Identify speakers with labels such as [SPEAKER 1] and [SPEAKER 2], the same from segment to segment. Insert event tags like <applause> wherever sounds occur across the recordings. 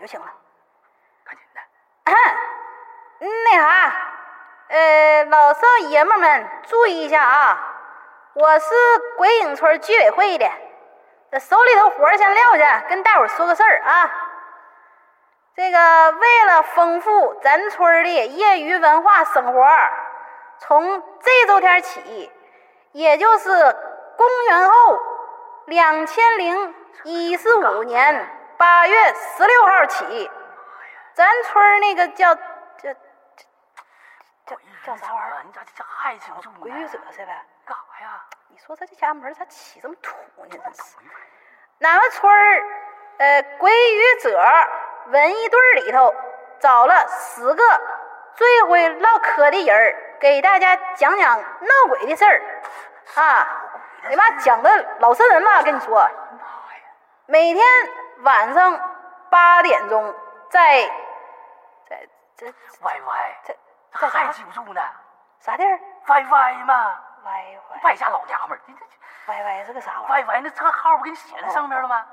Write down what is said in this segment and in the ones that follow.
[SPEAKER 1] 就行了。
[SPEAKER 2] 赶紧的，
[SPEAKER 1] 那啥，呃，老少爷们儿们注意一下啊！我是鬼影村居委会的，这手里头活儿先撂下，跟大伙儿说个事儿啊。这个为了丰富咱村儿的业余文化生活，从这周天起，也就是公元后两千零一十五年八月十六号起，咱村儿那个叫叫叫叫啥玩意儿？
[SPEAKER 2] 哎你咋这爱情就
[SPEAKER 1] 鬼语者是呗？
[SPEAKER 2] 干啥呀？
[SPEAKER 1] 你说他这家门儿咋起这么土呢？真是。俺们村儿，呃，鬼语者文艺队儿里头找了十个最会唠嗑的人儿，给大家讲讲闹鬼的事儿啊！你妈讲的老瘆人了，跟你说，
[SPEAKER 2] 妈呀！
[SPEAKER 1] 每天晚上八点钟在在在
[SPEAKER 2] 歪歪，
[SPEAKER 1] 在
[SPEAKER 2] 这
[SPEAKER 1] 在
[SPEAKER 2] 还
[SPEAKER 1] 啥
[SPEAKER 2] 记不住呢？
[SPEAKER 1] 啥地儿？
[SPEAKER 2] 歪歪嘛，
[SPEAKER 1] 歪歪
[SPEAKER 2] 败家老娘们儿，你这
[SPEAKER 1] 歪歪是个啥玩意儿？
[SPEAKER 2] 歪歪那这号不给你写在上面了吗？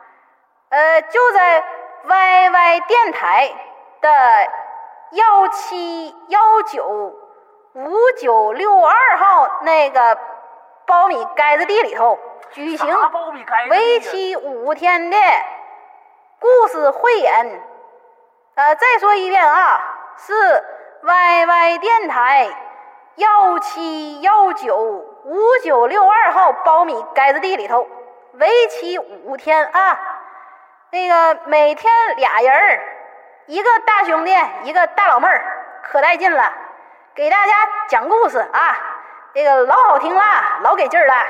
[SPEAKER 1] 呃，就在 YY 电台的幺七幺九五九六二号那个苞米盖子地里头举行
[SPEAKER 2] 啥苞米该
[SPEAKER 1] 为期五天的故事汇演。呃，再说一遍啊，是 YY 电台幺七幺九五九六二号苞米盖子地里头，为期五天啊。那个每天俩人儿，一个大兄弟，一个大老妹儿，可带劲了，给大家讲故事啊，那个老好听啦，老给劲儿啦。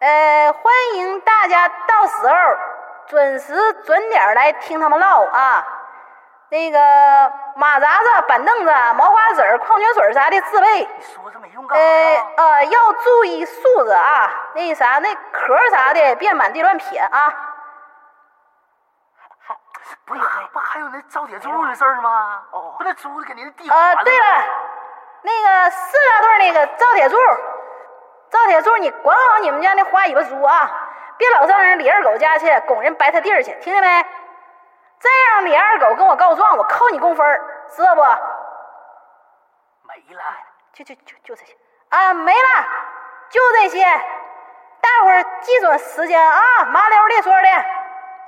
[SPEAKER 1] 呃，欢迎大家到时候准时准点儿来听他们唠啊。那个马扎子、板凳子、毛瓜子儿、矿泉水儿啥的自备。
[SPEAKER 2] 你说这没用干
[SPEAKER 1] 呃
[SPEAKER 2] 啥呀？
[SPEAKER 1] 呃，要注意素质啊，那啥那壳儿啥的别满地乱撇啊。
[SPEAKER 2] 不是还不还有那赵铁柱的事儿吗？
[SPEAKER 1] 哦
[SPEAKER 2] 不那租的给您地
[SPEAKER 1] 呃
[SPEAKER 2] 还，了
[SPEAKER 1] 对了，那个四大队儿那个赵铁柱，赵铁柱，你管好你们家那花尾巴猪啊，别老上人李二狗家去拱人白他地儿去，听见没？再让李二狗跟我告状，我扣你工分儿知道不？
[SPEAKER 2] 没了。
[SPEAKER 1] 就就就就这些啊，没了，就这些。大伙儿记准时间啊，麻溜的说的。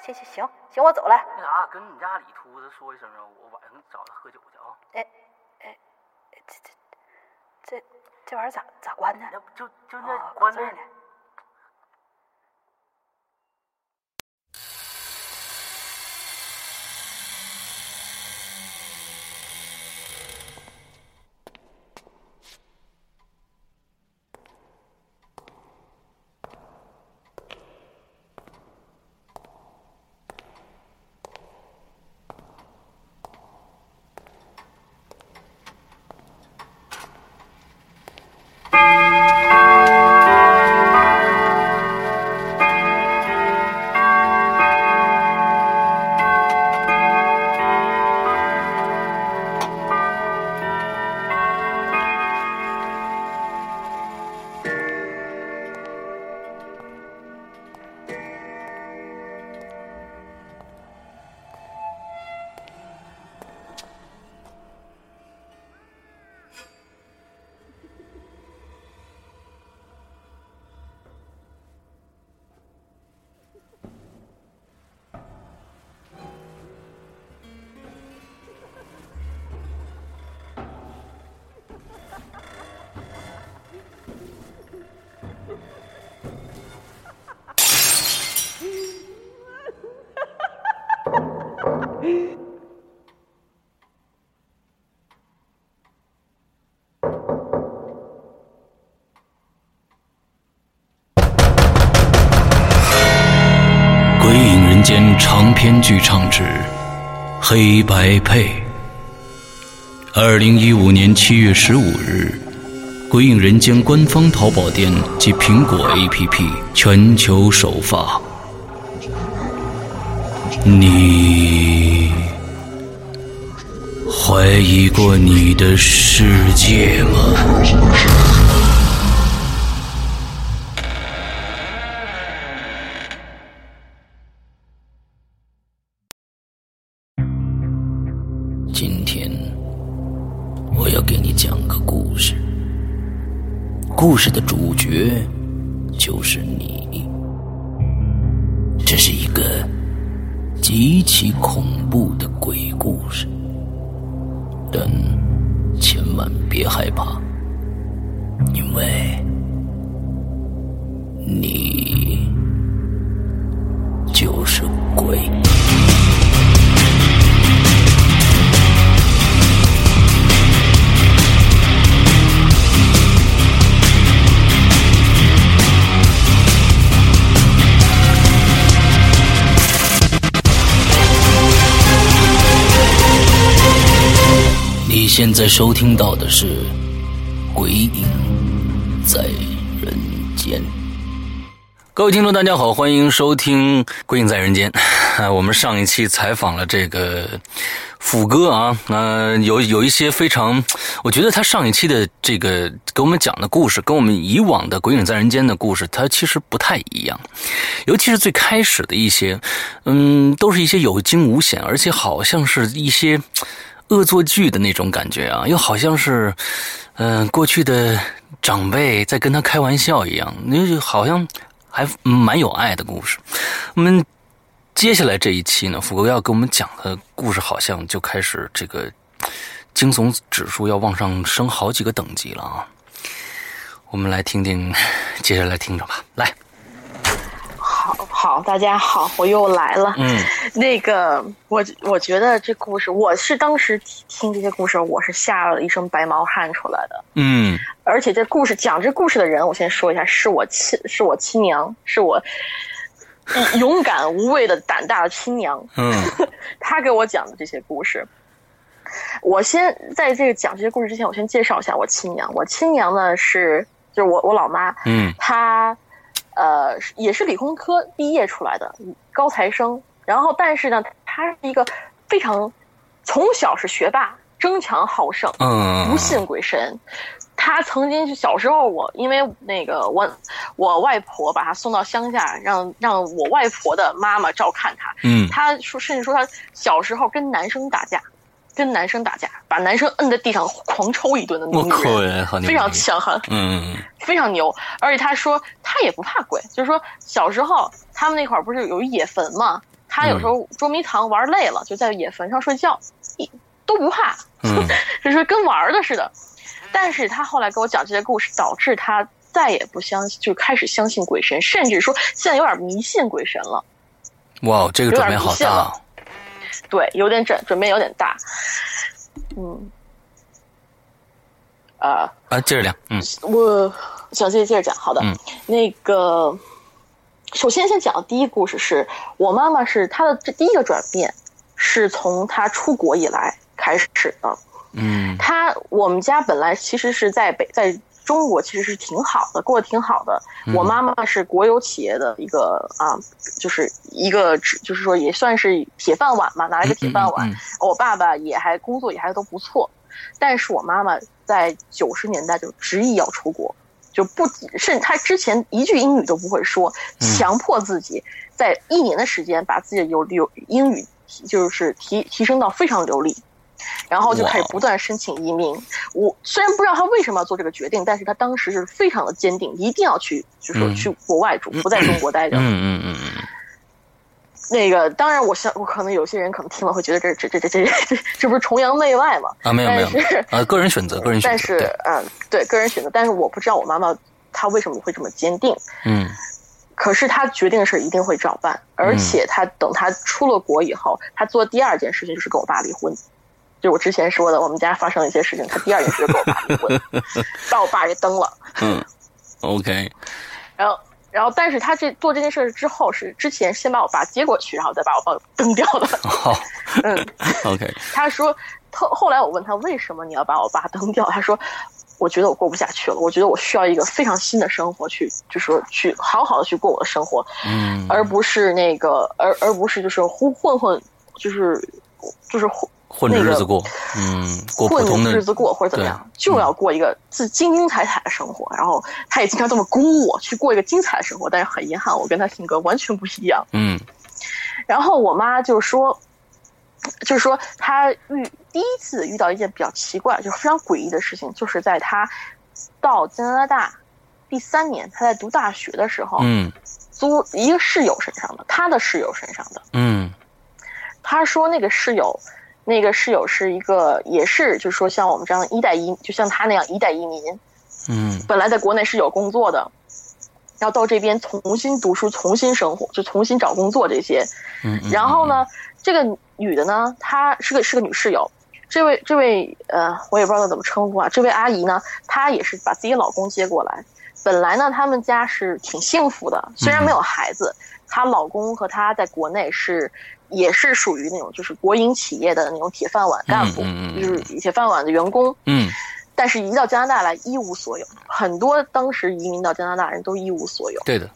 [SPEAKER 1] 行行行行，我走了。
[SPEAKER 2] 那啥，跟你家李秃子说一声啊，我晚上找他喝酒去啊。
[SPEAKER 1] 哎哎，这这这这玩意儿咋咋关呢？
[SPEAKER 2] 那不就就那
[SPEAKER 1] 哦，
[SPEAKER 2] 关
[SPEAKER 1] 这儿
[SPEAKER 2] 那
[SPEAKER 1] 呢。
[SPEAKER 3] 《鬼影人间》长篇剧场之《黑白配》。二零一五年七月十五日，《鬼影人间》官方淘宝店及苹果 APP 全球首发。你怀疑过你的世界吗？今天我要给你讲个故事，故事的主角就是你。这是一个极其恐怖的鬼故事，但千万别害怕，因为你就是鬼。你现在收听到的是《鬼影在人间》。各位听众，大家好，欢迎收听《鬼影在人间》。 <laughs> 啊，我们上一期采访了这个斧哥啊，呃，有有一些非常，我觉得他上一期的这个给我们讲的故事，跟我们以往的《鬼影在人间》的故事，它其实不太一样。尤其是最开始的一些，嗯，都是一些有惊无险，而且好像是一些恶作剧的那种感觉啊，又好像是，嗯、过去的长辈在跟他开玩笑一样，那就好像还嗯蛮有爱的故事。我们接下来这一期呢，福哥要给我们讲的故事，好像就开始这个惊悚指数要往上升好几个等级了啊。我们来听听，接下来听着吧，来，
[SPEAKER 4] 好好，大家好，我又来了。
[SPEAKER 3] 嗯
[SPEAKER 4] 那个，我我觉得这故事，我是当时听听这些故事，我是吓了一身白毛汗出来的。
[SPEAKER 3] 嗯
[SPEAKER 4] 而且这故事讲这故事的人，我先说一下，是我亲，是我亲娘，是我嗯勇敢无畏的胆大的亲娘，
[SPEAKER 3] 嗯
[SPEAKER 4] 她给我讲的这些故事。我先在这个讲这些故事之前，我先介绍一下我亲娘。我亲娘呢是就是我我老妈，
[SPEAKER 3] 嗯
[SPEAKER 4] 他呃是也是理工科毕业出来的高材生，然后但是呢，他是一个非常从小是学霸，争强好胜，
[SPEAKER 3] 嗯，
[SPEAKER 4] 不信鬼神。他曾经就小时候我，因为那个我我外婆把他送到乡下，让让我外婆的妈妈照看他。
[SPEAKER 3] 嗯
[SPEAKER 4] 他说，甚至说他小时候跟男生打架，跟男生打架，把男生摁在地上狂抽一顿的那
[SPEAKER 3] 我
[SPEAKER 4] 种女
[SPEAKER 3] 靠
[SPEAKER 4] 人，
[SPEAKER 3] 好牛逼！
[SPEAKER 4] 非常强悍。
[SPEAKER 3] 嗯嗯
[SPEAKER 4] 非常牛，而且他说他也不怕鬼，就是说小时候他们那块儿不是有一野坟嘛，他有时候捉迷藏玩累了，就在野坟上睡觉，一都不怕，
[SPEAKER 3] 嗯
[SPEAKER 4] 就是说跟玩儿的似的。但是他后来给我讲这些故事，导致他再也不相信，就开始相信鬼神，甚至说现在有点迷信鬼神了。 <laughs>
[SPEAKER 3] 嗯，哇，这个准备好大啊，
[SPEAKER 4] 对，有点准准备有点大，嗯，呃，
[SPEAKER 3] 啊接着聊，嗯
[SPEAKER 4] 我想接接着讲，好的，
[SPEAKER 3] 嗯
[SPEAKER 4] 那个，首先先讲第一故事是我妈妈是她的这第一个转变是从她出国以来开始的。
[SPEAKER 3] 嗯
[SPEAKER 4] 她我们家本来其实是在北在中国其实是挺好的，过得挺好的。
[SPEAKER 3] 嗯
[SPEAKER 4] 我妈妈是国有企业的一个啊，就是一个职就是说也算是铁饭碗嘛，拿了一个铁饭碗。
[SPEAKER 3] 嗯嗯
[SPEAKER 4] 我爸爸也还工作也还都不错，但是我妈妈在九十年代就执意要出国，就不甚至她之前一句英语都不会说，
[SPEAKER 3] 嗯
[SPEAKER 4] 强迫自己在一年的时间把自己的有流英语就是提提升到非常流利。然后就开始
[SPEAKER 3] 哇哦
[SPEAKER 4] 不断申请移民。我虽然不知道她为什么要做这个决定，但是她当时是非常的坚定，一定要去，就是说
[SPEAKER 3] 嗯
[SPEAKER 4] 去国外住，不在中国待着。
[SPEAKER 3] 嗯嗯嗯嗯
[SPEAKER 4] 那个，当然，我想，我可能有些人可能听了会觉得这这这这这这这不是崇洋媚外嘛？
[SPEAKER 3] 啊没有没有
[SPEAKER 4] 但是
[SPEAKER 3] 啊个人选择个人选
[SPEAKER 4] <laughs> 但
[SPEAKER 3] 择，
[SPEAKER 4] 是
[SPEAKER 3] 对，
[SPEAKER 4] 嗯，对个人选择，但是我不知道我妈妈她为什么会这么坚定。
[SPEAKER 3] 嗯
[SPEAKER 4] 可是她决定是一定会照办，而且她等她出了国以后，她做第二件事情就是跟我爸离婚。就我之前说的，我们家发生了一些事情，她第二件事就跟我爸离 <laughs> 婚，把我爸给蹬了。
[SPEAKER 3] 嗯，OK，
[SPEAKER 4] 然后，然后，但是她这做这件事之后是之前先把我爸接过去，然后再把我爸蹬掉的。 <laughs>
[SPEAKER 3] 好 <laughs>
[SPEAKER 4] 嗯，
[SPEAKER 3] ，OK，
[SPEAKER 4] 他说，后后来我问他为什么你要把我爸蹬掉，他说，我觉得我过不下去了，我觉得我需要一个非常新的生活去，就说去好好的去过我的生活，
[SPEAKER 3] 嗯，
[SPEAKER 4] 而不是那个，而而不是就是混混混，就是就是混
[SPEAKER 3] 混着日子过，嗯，过普通
[SPEAKER 4] 混
[SPEAKER 3] 的嗯
[SPEAKER 4] 日子过或者怎么样，就要过一个自精精彩彩的生活。然后他也经常这么鼓舞我去过一个精彩的生活，但是很遗憾，我跟他性格完全不一样。
[SPEAKER 3] 嗯
[SPEAKER 4] 然后我妈就说：“就是说他遇第一次遇到一件比较奇怪，就是非常诡异的事情，就是在他到加拿大第三年，他在读大学的时候，
[SPEAKER 3] 嗯
[SPEAKER 4] 租一个室友身上的，他的室友身上的。
[SPEAKER 3] 嗯
[SPEAKER 4] 他说那个室友，那个室友是一个，也是就是说像我们这样一代移，就像他那样一代移民，
[SPEAKER 3] 嗯
[SPEAKER 4] 本来在国内是有工作的，然后到这边重新读书、重新生活，就重新找工作这些。
[SPEAKER 3] 嗯，嗯
[SPEAKER 4] 然后呢，这个女的呢，她是个是个女室友。这位这位呃，我也不知道怎么称呼啊。这位阿姨呢，她也是把自己老公接过来。本来呢，他们家是挺幸福的，虽然没有孩子，
[SPEAKER 3] 嗯
[SPEAKER 4] 她老公和她在国内是也是属于那种就是国营企业的那种铁饭碗干部，
[SPEAKER 3] 嗯嗯嗯
[SPEAKER 4] 就是铁饭碗的员工。
[SPEAKER 3] 嗯
[SPEAKER 4] 但是，一到加拿大来一无所有，很多当时移民到加拿大人都一无所有。
[SPEAKER 3] 对的，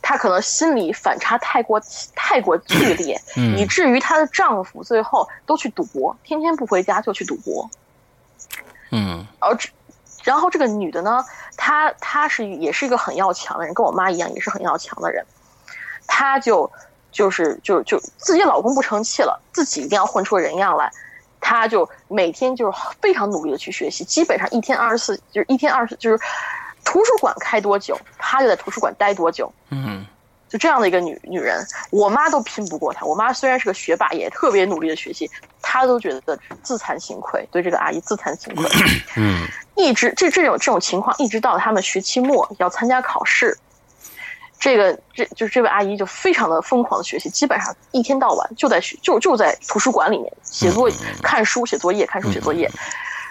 [SPEAKER 4] 她可能心理反差太过太过剧烈，以
[SPEAKER 3] 嗯
[SPEAKER 4] 至于她的丈夫最后都去赌博，天天不回家就去赌博。
[SPEAKER 3] 嗯
[SPEAKER 4] 而这，然后这个女的呢，她她是也是一个很要强的人，跟我妈一样也是很要强的人，她就就是就就自己老公不成器了，自己一定要混出人样来。她就每天就是非常努力的去学习，基本上一天二十四，就是一天二十，就是图书馆开多久，她就在图书馆待多久。
[SPEAKER 3] 嗯
[SPEAKER 4] 就这样的一个女女人，我妈都拼不过她。我妈虽然是个学霸，也特别努力的学习，她都觉得自惭形愧，对这个阿姨自惭形愧。
[SPEAKER 3] 嗯
[SPEAKER 4] 一直这这种这种情况，一直到他们学期末要参加考试，这个这就是这位阿姨就非常的疯狂的学习，基本上一天到晚就在学就就在图书馆里面写作业、看书、写作业、看书、写作业。 <laughs>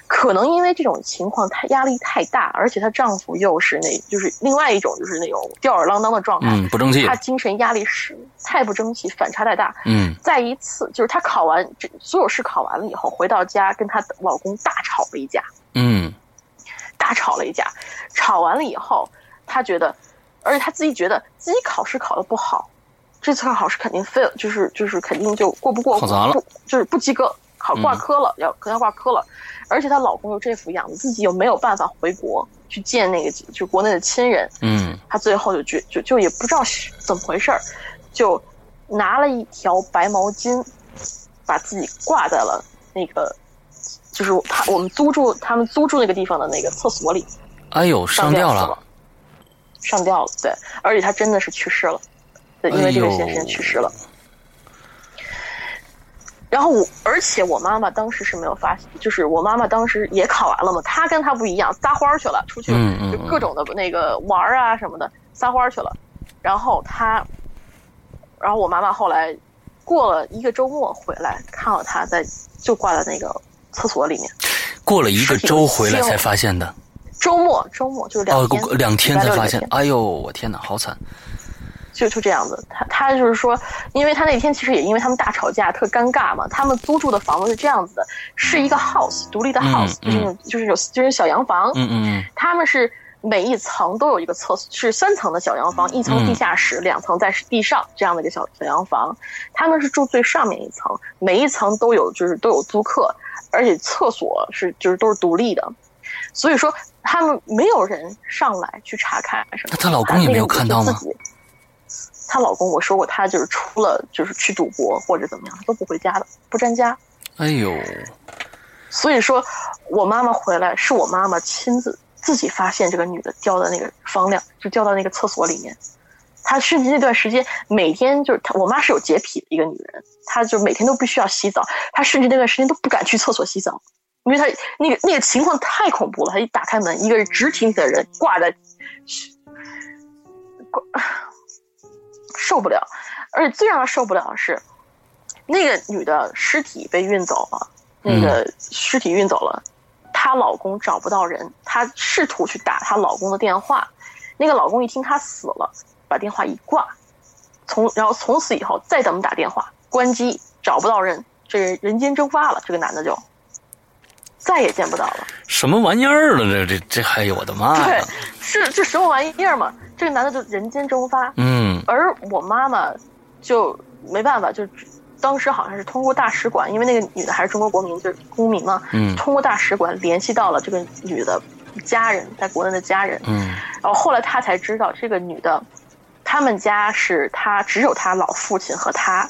[SPEAKER 4] 可能因为这种情况太压力太大，而且她丈夫又是那就是另外一种就是那种吊儿郎当的状态，
[SPEAKER 3] 嗯，不争气
[SPEAKER 4] 她，精神压力是太不争气，反差太大。
[SPEAKER 3] 嗯
[SPEAKER 4] 再一次就是她考完这所有试考完了以后，回到家跟她老公大吵了一架。
[SPEAKER 3] 嗯
[SPEAKER 4] 大吵了一架。吵完了以后，她觉得，而且她自己觉得自己考试考得不好，这次考试肯定 fail，就是就是肯定就过不过，
[SPEAKER 3] 考砸了
[SPEAKER 4] 不就是不及格，考
[SPEAKER 3] 嗯
[SPEAKER 4] 挂科了，要可能要挂科了。而且她老公又这副样子，自己又没有办法回国去见那个就国内的亲人，
[SPEAKER 3] 嗯
[SPEAKER 4] 她最后就觉就就也不知道是怎么回事儿，就拿了一条白毛巾，把自己挂在了那个。就是他，我们租住他们租住那个地方的那个厕所里，
[SPEAKER 3] 哎呦，上吊
[SPEAKER 4] 上
[SPEAKER 3] 了，，
[SPEAKER 4] 上吊了，对，而且他真的是去世了，对，因为这个
[SPEAKER 3] 哎呦
[SPEAKER 4] 件事情去世了。然后我，而且我妈妈当时是没有发现，就是我妈妈当时也考完了嘛，她跟她不一样，撒欢儿去了，出去
[SPEAKER 3] 嗯嗯
[SPEAKER 4] 就各种的那个玩儿啊什么的，撒欢儿去了。然后她，然后我妈妈后来过了一个周末回来，看到她在就挂在那个厕所里面。
[SPEAKER 3] 过了一个周回来才发现的，
[SPEAKER 4] 周末，周末就是两
[SPEAKER 3] 哦，
[SPEAKER 4] 天，
[SPEAKER 3] 两天才
[SPEAKER 4] 礼拜六
[SPEAKER 3] 发
[SPEAKER 4] 那
[SPEAKER 3] 现，哎呦，我天哪，好惨，
[SPEAKER 4] 就就这样子，他他就是说，因为他那天其实也因为他们大吵架，特尴尬嘛。他们租住的房子是这样子的，是一个 house，独立的
[SPEAKER 3] 嗯
[SPEAKER 4] house，、就是那种就是有就是小洋房。
[SPEAKER 3] 嗯嗯
[SPEAKER 4] 他们是每一层都有一个厕所，是三层的小洋房，一层地下室，
[SPEAKER 3] 嗯
[SPEAKER 4] 两层在地上这样的一个小小洋房。他们是住最上面一层，每一层都有就是都有租客，而且厕所是就是都是独立的，所以说他们没有人上来去查看什么。
[SPEAKER 3] 那她老公也没有看到吗
[SPEAKER 4] 她那个就自己？她老公，我说过，她就是除了就是去赌博或者怎么样，她都不回家的，不沾家。
[SPEAKER 3] 嗯，哎呦，
[SPEAKER 4] 所以说，我妈妈回来是我妈妈亲自自己发现这个女的掉到那个房梁，就掉到那个厕所里面。她甚至那段时间每天就是她，我妈是有洁癖的一个女人，她就每天都必须要洗澡，她甚至那段时间都不敢去厕所洗澡，因为她那个那个情况太恐怖了。她一打开门，一个直挺挺的人挂在，挂受不了。而且最让她受不了的是，那个女的尸体被运走了，那个尸体运走了，她老公找不到人，她试图去打她老公的电话，那个老公一听她死了，把电话一挂，从然后从此以后再怎么打电话关机，找不到人，这人人间蒸发了，这个男的就再也见不到了。
[SPEAKER 3] 什么玩意儿了？这这这，哎呦，我的妈
[SPEAKER 4] 对
[SPEAKER 3] 呀！，
[SPEAKER 4] 是这什么玩意儿嘛？这个男的就人间蒸发，
[SPEAKER 3] 嗯
[SPEAKER 4] 而我妈妈就没办法，就当时好像是通过大使馆，因为那个女的还是中国国民，就是公民嘛，
[SPEAKER 3] 嗯
[SPEAKER 4] 通过大使馆联系到了这个女的家人，在国内的家人，
[SPEAKER 3] 嗯
[SPEAKER 4] 然后后来她才知道这个女的，他们家是她只有她老父亲和她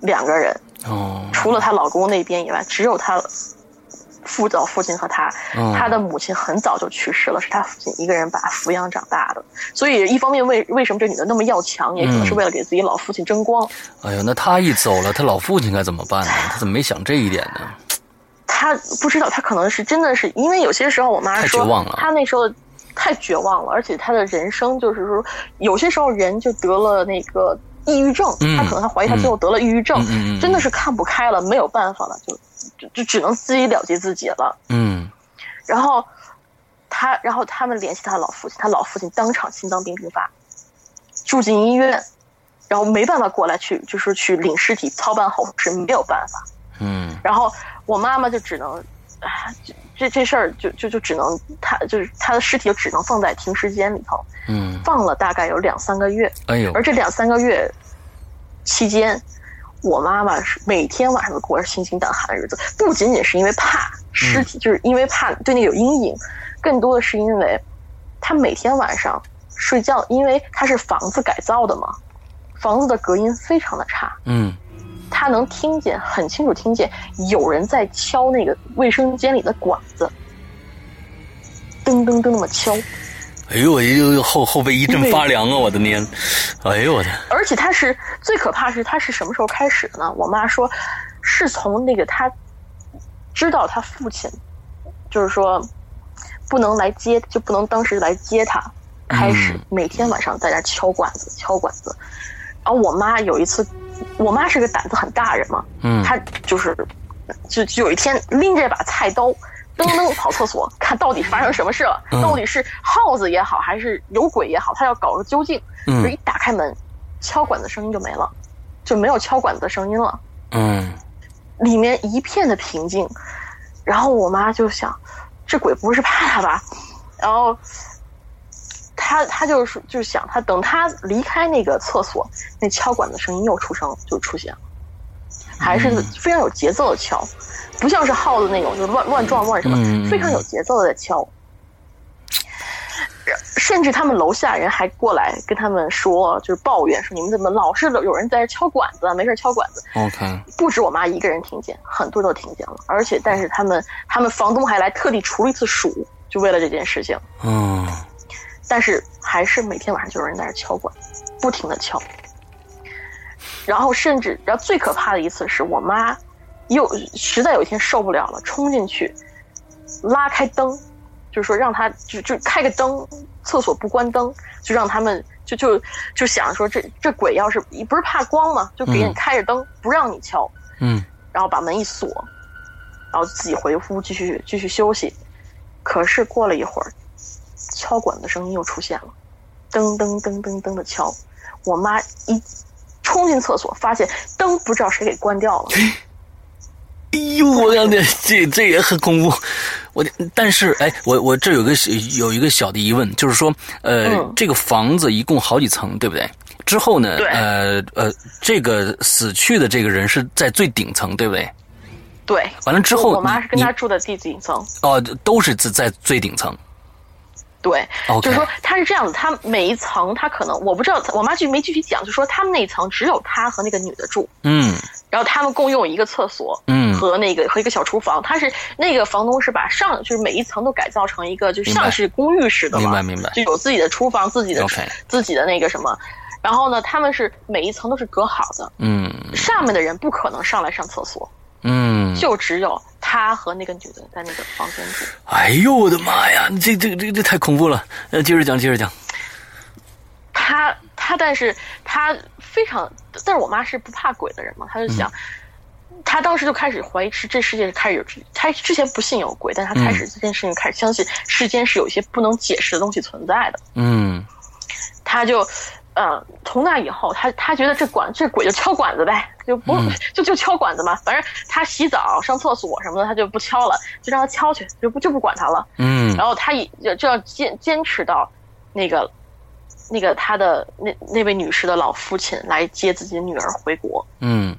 [SPEAKER 4] 两个人，
[SPEAKER 3] 哦，
[SPEAKER 4] 除了她老公那边以外，只有她父早父亲和她，
[SPEAKER 3] 哦
[SPEAKER 4] 她的母亲很早就去世了，是她父亲一个人把她抚养长大的。所以一方面为为什么这女的那么要强，也可
[SPEAKER 3] 嗯
[SPEAKER 4] 能是为了给自己老父亲争光。
[SPEAKER 3] 哎呦，那他一走了，他老父亲该怎么办呢？他怎么没想这一点呢？
[SPEAKER 4] 她不知道，她可能是真的是因为有些时候我妈
[SPEAKER 3] 太
[SPEAKER 4] 说
[SPEAKER 3] 绝望了
[SPEAKER 4] 她那时候太绝望了，而且她的人生就是说，有些时候人就得了那个抑郁症，
[SPEAKER 3] 嗯
[SPEAKER 4] 她可能她怀疑她最后得了抑郁症，
[SPEAKER 3] 嗯嗯嗯嗯
[SPEAKER 4] 真的是看不开了，没有办法了，就就就只能自己了结自己了。
[SPEAKER 3] 嗯，
[SPEAKER 4] 然后她，然后他们联系她老父亲，她老父亲当场心脏病病发，住进医院，然后没办法过来去就是去领尸体操办后事，没有办法。
[SPEAKER 3] 嗯，
[SPEAKER 4] 然后我妈妈就只能，唉这这这事儿就就就只能她就是她的尸体就只能放在停尸间里头，
[SPEAKER 3] 嗯，
[SPEAKER 4] 放了大概有两三个月，
[SPEAKER 3] 哎呦，
[SPEAKER 4] 而这两三个月期间，我妈妈是每天晚上都过着心惊胆寒的日子，不仅仅是因为怕尸体，就是因为怕对那个有阴影，更多的是因为她每天晚上睡觉，因为她是房子改造的嘛，房子的隔音非常的差，
[SPEAKER 3] 嗯，
[SPEAKER 4] 他能听见，很清楚听见有人在敲那个卫生间里的管子，噔噔噔那么敲，
[SPEAKER 3] 哎呦，我就后后背一阵发凉啊！我的天，哎呦我的，
[SPEAKER 4] 而且他是最可怕是他是什么时候开始的呢？我妈说，是从那个他知道他父亲，就是说不能来接，就不能当时来接他，开始
[SPEAKER 3] 嗯
[SPEAKER 4] 每天晚上在那敲管子，敲管子。然后我妈有一次，我妈是个胆子很大的人嘛，
[SPEAKER 3] 嗯，
[SPEAKER 4] 他就是就就有一天拎着一把菜刀，噔噔跑厕所，看到底发生什么事了，
[SPEAKER 3] 嗯
[SPEAKER 4] 到底是耗子也好，还是有鬼也好，他要搞个究竟。
[SPEAKER 3] 嗯
[SPEAKER 4] 就一打开门，敲管子声音就没了，就没有敲管子的声音了，
[SPEAKER 3] 嗯，
[SPEAKER 4] 里面一片的平静。然后我妈就想，这鬼不是怕他吧？然后。他他就是就是想他等他离开那个厕所，那敲管的声音又出声就出现了，还是
[SPEAKER 3] 嗯
[SPEAKER 4] 非常有节奏的敲，不像是耗子那种就乱乱撞乱什么，
[SPEAKER 3] 嗯嗯嗯
[SPEAKER 4] 非常有节奏的在敲。然甚至他们楼下人还过来跟他们说，就是抱怨说你们怎么老是有人在这敲管子啊，没事敲管子。
[SPEAKER 3] ，OK，
[SPEAKER 4] 不止我妈一个人听见，很多人都听见了，而且但是他们他们房东还来特地除了一次鼠，就为了这件事情。
[SPEAKER 3] 嗯，
[SPEAKER 4] 但是还是每天晚上就有人在那敲管，不停的敲。然后甚至，然后最可怕的一次是我妈又实在有一天受不了了，冲进去拉开灯，就是说让她就就开个灯，厕所不关灯，就让他们就就就想说这这鬼要是不是怕光吗？就给你
[SPEAKER 3] 嗯
[SPEAKER 4] 开着灯，不让你敲。
[SPEAKER 3] 嗯，
[SPEAKER 4] 然后把门一锁，然后自己回屋继续继续休息。可是过了一会儿，敲管的声音又出现了，噔噔噔噔噔的敲。我妈一冲进厕所，发现灯不知道谁给关掉了。
[SPEAKER 3] 哎呦，我的天，这这也很恐怖。我的但是哎，我我这有个有一个小的疑问，就是说，呃，
[SPEAKER 4] 嗯
[SPEAKER 3] 这个房子一共好几层，对不对？之后呢？
[SPEAKER 4] 对
[SPEAKER 3] 呃呃，这个死去的这个人是在最顶层，对不对？
[SPEAKER 4] 对，
[SPEAKER 3] 完了之后，
[SPEAKER 4] 我妈是跟
[SPEAKER 3] 你
[SPEAKER 4] 她住的第几层？
[SPEAKER 3] 哦，都是在在最顶层。
[SPEAKER 4] 对
[SPEAKER 3] 哦 OK
[SPEAKER 4] 就是说她是这样子，她每一层她可能我不知道，我妈具没具体讲，就说他们那一层只有她和那个女的住，
[SPEAKER 3] 嗯
[SPEAKER 4] 然后他们共用一个厕所，
[SPEAKER 3] 嗯
[SPEAKER 4] 和那个和一个小厨房。他是那个房东是把上就是每一层都改造成一个就
[SPEAKER 3] 明白
[SPEAKER 4] 像是公寓似的嘛，
[SPEAKER 3] 明白明白
[SPEAKER 4] 就有自己的厨房、自己的
[SPEAKER 3] OK
[SPEAKER 4] 自己的那个什么。然后呢，他们是每一层都是隔好的，
[SPEAKER 3] 嗯
[SPEAKER 4] 上面的人不可能上来上厕所，
[SPEAKER 3] 嗯，
[SPEAKER 4] 就只有他和那个女的在那个房间住。
[SPEAKER 3] 哎呦我的妈呀，这这这这太恐怖了！呃，接着讲，接着讲。
[SPEAKER 4] 他他，但是他非常，但是我妈是不怕鬼的人嘛，她就想，她当时就开始怀疑是这世界开始有，她之前不信有鬼，但她开始这件事情开始相信世间是有一些不能解释的东西存在的，
[SPEAKER 3] 嗯
[SPEAKER 4] 她就。嗯，从那以后，她她觉得这管这鬼就敲管子呗，就不、就就敲管子嘛，反正她洗澡、上厕所什么的，她就不敲了，就让她敲去，就不就不管她了。
[SPEAKER 3] 嗯
[SPEAKER 4] 然后他也就这样坚坚持到那个那个他的那那位女士的老父亲来接自己的女儿回国。
[SPEAKER 3] 嗯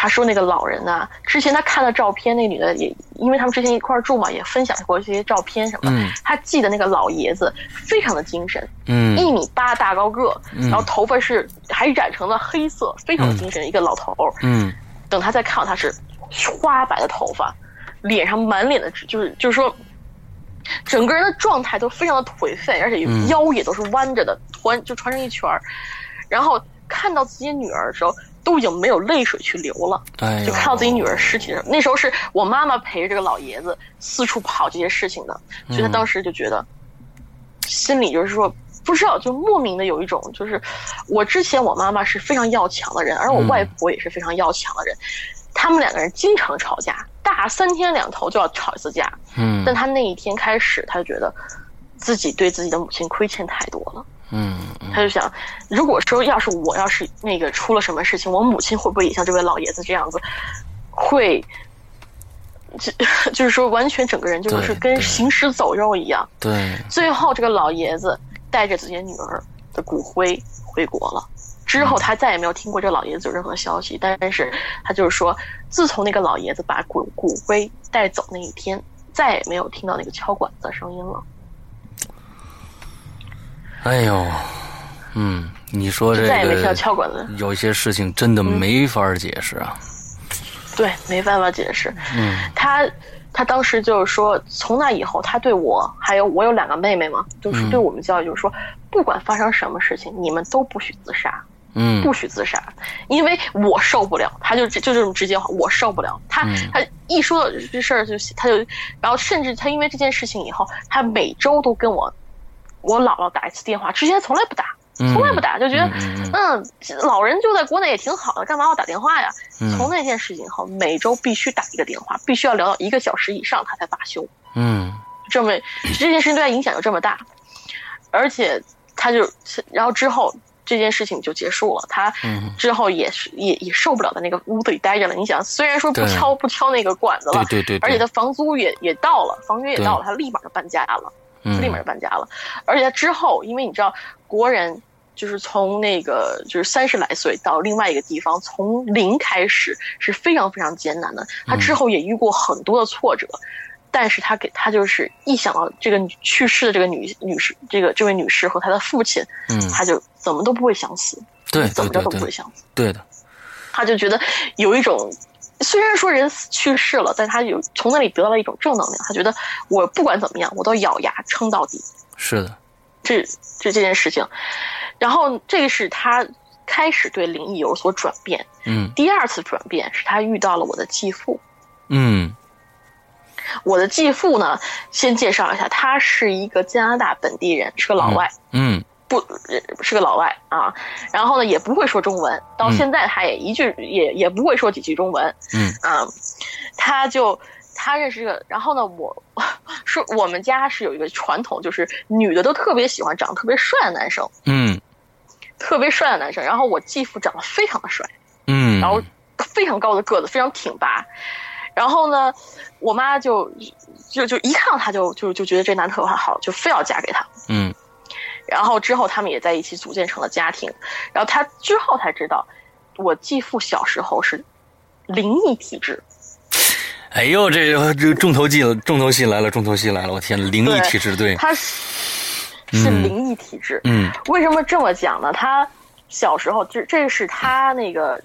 [SPEAKER 4] 他说那个老人呢、之前他看了照片，那女的也因为他们之前一块儿住嘛，也分享过一些照片什么的。
[SPEAKER 3] 嗯
[SPEAKER 4] 他记得那个老爷子非常的精神，
[SPEAKER 3] 嗯
[SPEAKER 4] 一米八大高个，
[SPEAKER 3] 嗯
[SPEAKER 4] 然后头发是还染成了黑色，非常精神的一个老头儿。
[SPEAKER 3] 嗯
[SPEAKER 4] 等他再看到他是花白的头发，脸上满脸的，就是就是说，整个人的状态都非常的颓废，而且腰也都是弯着的，穿就穿成一圈儿。然后看到自己女儿的时候，都已经没有泪水去流了。
[SPEAKER 3] 哎呦，
[SPEAKER 4] 就看到自己女儿尸体的时候，那时候是我妈妈陪着这个老爷子四处跑这些事情的，所以她当时就
[SPEAKER 3] 嗯
[SPEAKER 4] 觉得，心里就是说不知道，就莫名的有一种就是，我之前我妈妈是非常要强的人，而我外婆也是非常要强的人，
[SPEAKER 3] 嗯
[SPEAKER 4] 他们两个人经常吵架，大三天两头就要吵一次架。
[SPEAKER 3] 嗯
[SPEAKER 4] 但她那一天开始，她就觉得自己对自己的母亲亏欠太多了。
[SPEAKER 3] 嗯
[SPEAKER 4] 他就想，如果说要是我要是那个出了什么事情，我母亲会不会也像这位老爷子这样子，会，就 <laughs> 就是说完全整个人就
[SPEAKER 3] 对
[SPEAKER 4] 是跟
[SPEAKER 3] 对
[SPEAKER 4] 行尸走肉一样。
[SPEAKER 3] 对，
[SPEAKER 4] 最后，这个老爷子带着自己的女儿的骨灰回国了。之
[SPEAKER 3] 嗯
[SPEAKER 4] 后，他再也没有听过这个老爷子有任何消息。但是，他就是说，自从那个老爷子把骨骨灰带走那一天，再也没有听到那个敲管子的声音了。
[SPEAKER 3] 哦哎呦，嗯，你说这
[SPEAKER 4] 就再也没听到
[SPEAKER 3] 个
[SPEAKER 4] 敲管子。
[SPEAKER 3] 有些事情真的没
[SPEAKER 4] 嗯
[SPEAKER 3] 法解释啊。
[SPEAKER 4] 对，没办法解释。嗯，他他当时就是说，从那以后，他对我还有我有两个妹妹嘛，
[SPEAKER 3] 嗯
[SPEAKER 4] 就是对我们教育就是说，不管发生什么事情，你们都不许自杀，
[SPEAKER 3] 嗯
[SPEAKER 4] 不许自杀，因为我受不了。他就直就这种直接话，我受不了。
[SPEAKER 3] 嗯
[SPEAKER 4] 他、他一说到这事儿就他就，然后甚至他因为这件事情以后，他每周都跟我我姥姥打一次电话，之前从来不打。
[SPEAKER 3] 嗯
[SPEAKER 4] 从来不打，就觉得
[SPEAKER 3] 嗯嗯
[SPEAKER 4] 嗯，老人就在国内也挺好的，干嘛要打电话呀？
[SPEAKER 3] 嗯
[SPEAKER 4] 嗯从那件事情后，每周必须打一个电话，必须要聊到一个小时以上，他才罢休。
[SPEAKER 3] 嗯
[SPEAKER 4] 这么这件事情对他影响就这么大，而且他就然后之后这件事情就结束了，他
[SPEAKER 3] 嗯
[SPEAKER 4] 之后也是也也受不了在那个屋子里待着了。你想，虽然说不
[SPEAKER 3] 对
[SPEAKER 4] 敲不敲那个管子了，
[SPEAKER 3] 对对对对
[SPEAKER 4] 而且他房租也也到了，房约也
[SPEAKER 3] 对
[SPEAKER 4] 到了，他立马就搬家了。
[SPEAKER 3] 嗯，
[SPEAKER 4] 立马就搬家了。而且他之后，因为你知道，国人就是从那个就是三十来岁到另外一个地方，从零开始是非常非常艰难的。他
[SPEAKER 3] 嗯
[SPEAKER 4] 之后也遇过很多的挫折，但是他给他就是一想到这个女去世的这个女女士，这个这位女士和她的父亲，
[SPEAKER 3] 嗯
[SPEAKER 4] 他就怎么都不会想死，
[SPEAKER 3] 对对
[SPEAKER 4] 怎么着
[SPEAKER 3] 对
[SPEAKER 4] 都不会
[SPEAKER 3] 对
[SPEAKER 4] 想死。
[SPEAKER 3] 对的，
[SPEAKER 4] 他就觉得有一种。虽然说人死去世了，但他有从那里得了一种正能量。他觉得我不管怎么样，我都咬牙撑到底。
[SPEAKER 3] 是的，
[SPEAKER 4] 这这这件事情，然后这个是他开始对灵异有所转变。
[SPEAKER 3] 嗯
[SPEAKER 4] 第二次转变是他遇到了我的继父。
[SPEAKER 3] 嗯
[SPEAKER 4] 我的继父呢，先介绍一下，他是一个加拿大本地人，是个老外，
[SPEAKER 3] 嗯
[SPEAKER 4] 不是个老外啊。然后呢，也不会说中文，到
[SPEAKER 3] 嗯
[SPEAKER 4] 现在他也一句、也也不会说几句中文。
[SPEAKER 3] 嗯
[SPEAKER 4] 啊，他就他认识这个，然后呢，我 <laughs> 说我们家是有一个传统，就是女的都特别喜欢长得特别帅的男生。
[SPEAKER 3] 嗯
[SPEAKER 4] 特别帅的男生。然后我继父长得非常的帅，
[SPEAKER 3] 嗯，
[SPEAKER 4] 然后非常高的个子，非常挺拔。然后呢，我妈就就就一看到他就就就觉得这男特别好，就非要嫁给他。
[SPEAKER 3] 嗯
[SPEAKER 4] 然后之后他们也在一起组建成了家庭。然后他之后才知道，我继父小时候是灵异体质。
[SPEAKER 3] 哎呦，这这重头戏了，重头戏来了，重头戏来了！我天，灵异体质对，
[SPEAKER 4] 他是是灵异体质。
[SPEAKER 3] 嗯
[SPEAKER 4] 为什么这么讲呢？他小时候，这这是他那个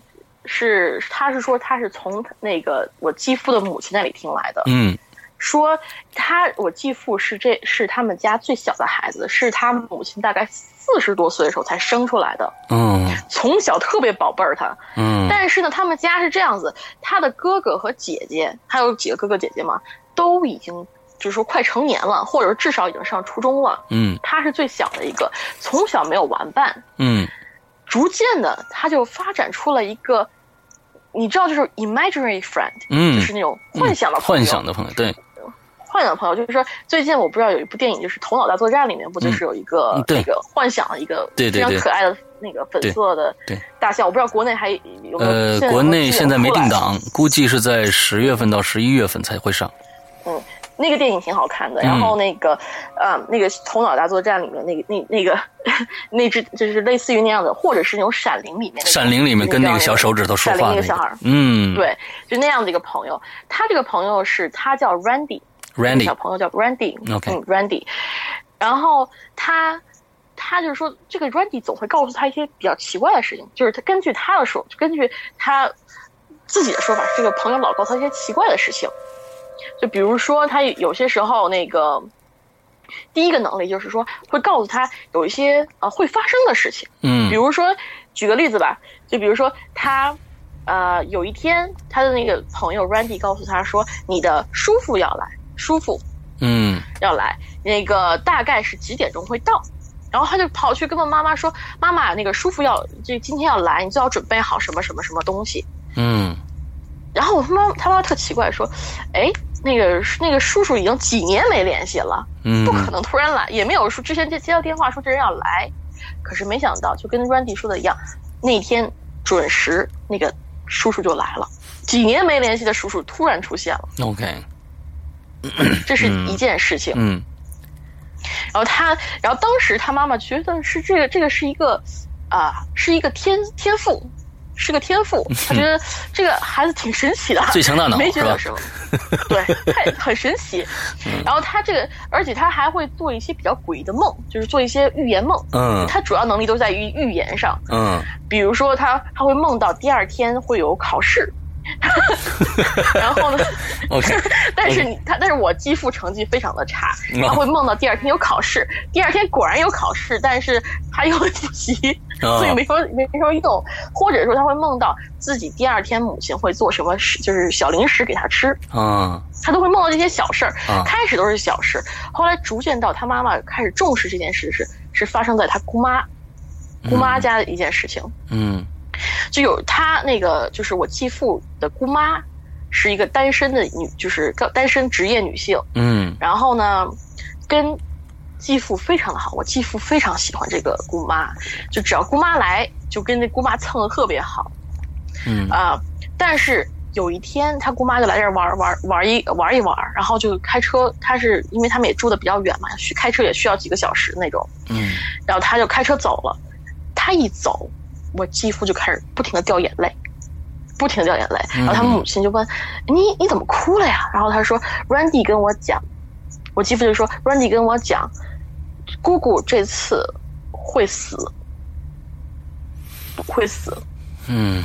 [SPEAKER 4] 是他是说他是从那个我继父的母亲那里听来的，
[SPEAKER 3] 嗯
[SPEAKER 4] 说他我继父是这是他们家最小的孩子，是他母亲大概四十多岁的时候才生出来的，
[SPEAKER 3] 嗯
[SPEAKER 4] 从小特别宝贝儿他。
[SPEAKER 3] 嗯
[SPEAKER 4] 但是呢，他们家是这样子，他的哥哥和姐姐，还有几个哥哥姐姐嘛，都已经就是说快成年了，或者至少已经上初中了。
[SPEAKER 3] 嗯
[SPEAKER 4] 他是最小的一个，从小没有玩伴，
[SPEAKER 3] 嗯
[SPEAKER 4] 逐渐的，他就发展出了一个，你知道，就是 imaginary friend，、
[SPEAKER 3] 嗯
[SPEAKER 4] 就是那种幻想的朋友、
[SPEAKER 3] 幻想的朋友，对，
[SPEAKER 4] 幻想的朋友。就是说，最近我不知道有一部电影，就是《头脑大作战》里面，不就是有一个、
[SPEAKER 3] 嗯对
[SPEAKER 4] 那个幻想的一个
[SPEAKER 3] 对对
[SPEAKER 4] 非常
[SPEAKER 3] 对
[SPEAKER 4] 可爱的那个粉色的
[SPEAKER 3] 对对
[SPEAKER 4] 大象？我不知道国内还有没有。
[SPEAKER 3] 呃，
[SPEAKER 4] 有没有
[SPEAKER 3] 国内
[SPEAKER 4] 这种
[SPEAKER 3] 现在没
[SPEAKER 4] 出来
[SPEAKER 3] 定档，估计是在十月份到十一月份才会上。
[SPEAKER 4] 嗯，那个电影挺好看的。
[SPEAKER 3] 嗯
[SPEAKER 4] 然后那个，呃，那个《头脑大作战》里面那个那那个 <laughs> 那只就是类似于那样的，或者是那种《闪灵》里面那种。
[SPEAKER 3] 闪灵里面跟那个小手指头说话
[SPEAKER 4] 闪灵那个小孩
[SPEAKER 3] 个
[SPEAKER 4] 儿，
[SPEAKER 3] 嗯，
[SPEAKER 4] 对，就那样的一个朋友。他这个朋友是他叫 Randy，这个小
[SPEAKER 3] ，Randy，
[SPEAKER 4] 朋友叫 Randy，
[SPEAKER 3] OK
[SPEAKER 4] 嗯，Randy。然后他他就是说，这个 Randy 总会告诉他一些比较奇怪的事情，就是他根据他的说，就根据他自己的说法是这个朋友老告诉他一些奇怪的事情，就比如说他有些时候那个第一个能力就是说会告诉他有一些呃会发生的事情，
[SPEAKER 3] 嗯
[SPEAKER 4] 比如说举个例子吧，就比如说他呃有一天他的那个朋友 Randy 告诉他说你的叔父要来，叔父
[SPEAKER 3] 嗯
[SPEAKER 4] 要来，那个大概是几点钟会到。然后他就跑去跟我妈妈说：“妈妈，那个叔父要这今天要来，你最好准备好什么什么什么东西。”
[SPEAKER 3] 嗯
[SPEAKER 4] 然后我他妈他妈特奇怪说，哎，那个那个叔叔已经几年没联系了，
[SPEAKER 3] 嗯
[SPEAKER 4] 不可能突然来，也没有说之前接接到电话说这人要来，可是没想到就跟 Randy 说的一样，那天准时那个叔叔就来了，几年没联系的叔叔突然出现了，
[SPEAKER 3] ，OK，
[SPEAKER 4] 这是一件事情。
[SPEAKER 3] 嗯
[SPEAKER 4] 然后他，然后当时他妈妈觉得是这个这个是一个啊、是一个天天赋。是个天赋，他觉得这个孩子挺神奇的，
[SPEAKER 3] 嗯最强大脑
[SPEAKER 4] 没觉得有
[SPEAKER 3] 是嗯
[SPEAKER 4] 什么，对，太 <laughs> 很神奇。然后他这个，而且他还会做一些比较诡异的梦，就是做一些预言梦。
[SPEAKER 3] 嗯
[SPEAKER 4] 他主要能力都在于预言上，
[SPEAKER 3] 嗯，
[SPEAKER 4] 比如说他他会梦到第二天会有考试， <laughs> 然后呢 <laughs>
[SPEAKER 3] OK
[SPEAKER 4] 但是你他但是我继父成绩非常的差，
[SPEAKER 3] 哦
[SPEAKER 4] 他会梦到第二天有考试，第二天果然有考试，但是他又会复习，
[SPEAKER 3] 哦
[SPEAKER 4] 所以没什么没什么用，或者说他会梦到自己第二天母亲会做什么事，就是小零食给他吃，
[SPEAKER 3] 啊
[SPEAKER 4] 他都会梦到这些小事儿
[SPEAKER 3] 啊，
[SPEAKER 4] 开始都是小事，后来逐渐到他妈妈开始重视这件事是是发生在他姑妈姑妈家的一件事情，
[SPEAKER 3] 嗯
[SPEAKER 4] 就有他那个就是我继父的姑妈，是一个单身的女，就是个单身职业女性。
[SPEAKER 3] 嗯
[SPEAKER 4] 然后呢，跟继父非常的好，我继父非常喜欢这个姑妈，就只要姑妈来，就跟那姑妈蹭的特别好
[SPEAKER 3] 嗯
[SPEAKER 4] 啊、但是有一天，他姑妈就来这儿玩玩玩一玩一玩，然后就开车，他是因为他们也住的比较远嘛，去开车也需要几个小时那种。
[SPEAKER 3] 嗯
[SPEAKER 4] 然后他就开车走了。他一走，我继父就开始不停的掉眼泪，不停的掉眼泪。
[SPEAKER 3] 嗯
[SPEAKER 4] 然后他母亲就问：“你你怎么哭了呀？”然后他说：“Randy 跟我讲，我继父就说，Randy 跟我讲，姑姑这次会死，会死。
[SPEAKER 3] 嗯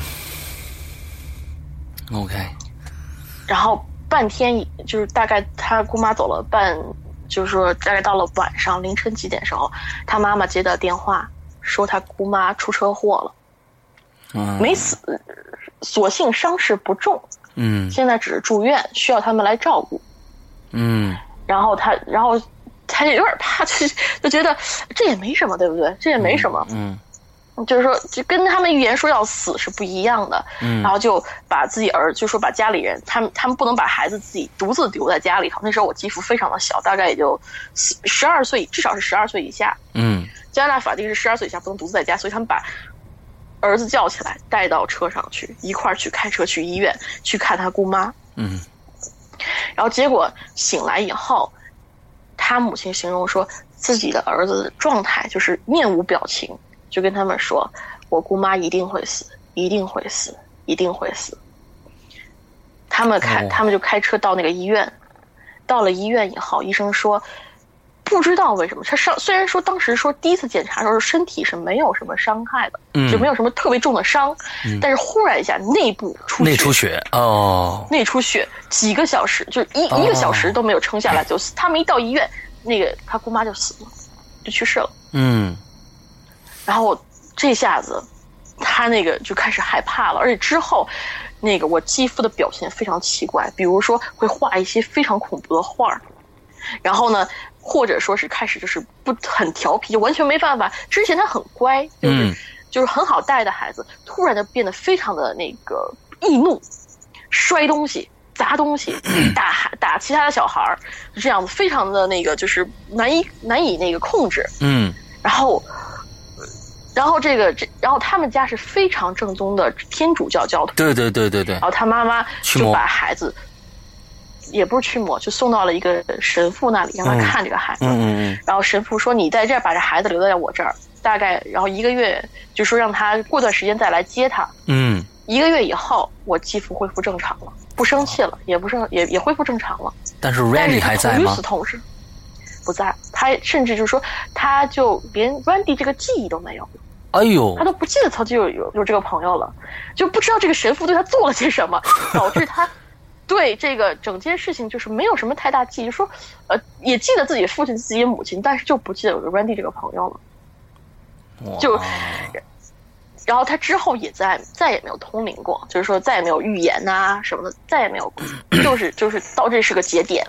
[SPEAKER 3] ，OK，”
[SPEAKER 4] 然后半天就是大概他姑妈走了半，就是说大概到了晚上凌晨几点时候，他妈妈接到电话说他姑妈出车祸了。
[SPEAKER 3] 嗯
[SPEAKER 4] 没死，所幸伤势不重，
[SPEAKER 3] 嗯
[SPEAKER 4] 现在只是住院，需要他们来照顾。
[SPEAKER 3] 嗯
[SPEAKER 4] 然后他，然后他就有点怕， <laughs> 就就觉得这也没什么，对不对？这也没什么，
[SPEAKER 3] 嗯
[SPEAKER 4] 就是说，就跟他们预言说要死是不一样的。
[SPEAKER 3] 嗯
[SPEAKER 4] 然后就把自己儿，就说把家里人，他们他们不能把孩子自己独自丢在家里头。那时候我继父非常的小，大概也就十十二岁，至少是十二岁以下。
[SPEAKER 3] 嗯
[SPEAKER 4] 加拿大法定是十二岁以下不能独自在家，所以他们把儿子叫起来，带到车上去，一块儿去开车去医院去看他姑妈。
[SPEAKER 3] 嗯
[SPEAKER 4] 然后结果醒来以后，他母亲形容说自己的儿子的状态就是面无表情，就跟他们说：“我姑妈一定会死，一定会死，一定会死。”他们开，
[SPEAKER 3] 哦
[SPEAKER 4] 他们就开车到那个医院。到了医院以后，医生说，不知道为什么他伤，虽然说当时说第一次检查的时候身体是没有什么伤害的，
[SPEAKER 3] 嗯，
[SPEAKER 4] 就没有什么特别重的伤，但是忽然一下内部出
[SPEAKER 3] 内
[SPEAKER 4] 血
[SPEAKER 3] 出血哦，
[SPEAKER 4] 内出血，几个小时，就是一、
[SPEAKER 3] 哦哎
[SPEAKER 4] 一个小时都没有撑下来，就死。他们一到医院，那个他姑妈就死了，就去世了。
[SPEAKER 3] 嗯
[SPEAKER 4] 然后这下子，他那个就开始害怕了，而且之后，那个我继父的表现非常奇怪，比如说会画一些非常恐怖的画儿，然后呢，或者说是开始就是不很调皮，就完全没办法。之前他很乖，就是、
[SPEAKER 3] 嗯
[SPEAKER 4] 就是很好带的孩子，突然就变得非常的那个易怒，摔东西。砸
[SPEAKER 3] <clears throat>
[SPEAKER 4] 东西，打孩打其他的小孩儿，就这样子，非常的那个，就是难以难以那个控制。
[SPEAKER 3] 嗯
[SPEAKER 4] 然后，然后这个这，然后他们家是非常正宗的天主教教徒，
[SPEAKER 3] 对对对对对
[SPEAKER 4] 然，后他妈妈
[SPEAKER 3] 驱
[SPEAKER 4] 就
[SPEAKER 3] 魔
[SPEAKER 4] 把孩子，也不是驱魔，就送到了一个神父那里，让他
[SPEAKER 3] 嗯
[SPEAKER 4] 看这个孩子。
[SPEAKER 3] 嗯嗯
[SPEAKER 4] 然后神父说：“你在这儿把这孩子留在我这儿，大概然后一个月，就说让他过段时间再来接他。
[SPEAKER 3] 嗯
[SPEAKER 4] 一个月以后，我继父恢复正常了，不生气了，也不生也也恢复正常了。”
[SPEAKER 3] 嗯，但是
[SPEAKER 4] 但是
[SPEAKER 3] Randy
[SPEAKER 4] 他
[SPEAKER 3] 还在
[SPEAKER 4] 与
[SPEAKER 3] 吗
[SPEAKER 4] 此？同时，不在，他甚至就是说，他就连 Randy 这个记忆都没有了。
[SPEAKER 3] 哎呦
[SPEAKER 4] 他，都不记得他就有有有这个朋友了，就不知道这个神父对他做了些什么，导致他对这个整件事情就是没有什么太大记忆。说，呃，也记得自己父亲、自己母亲，但是就不记得有个 Randy 这个朋友了。
[SPEAKER 3] 哇
[SPEAKER 4] 就然后他之后也再再也没有通灵过，就是说再也没有预言呐、什么的，再也没有过，就是就是到这是个节点。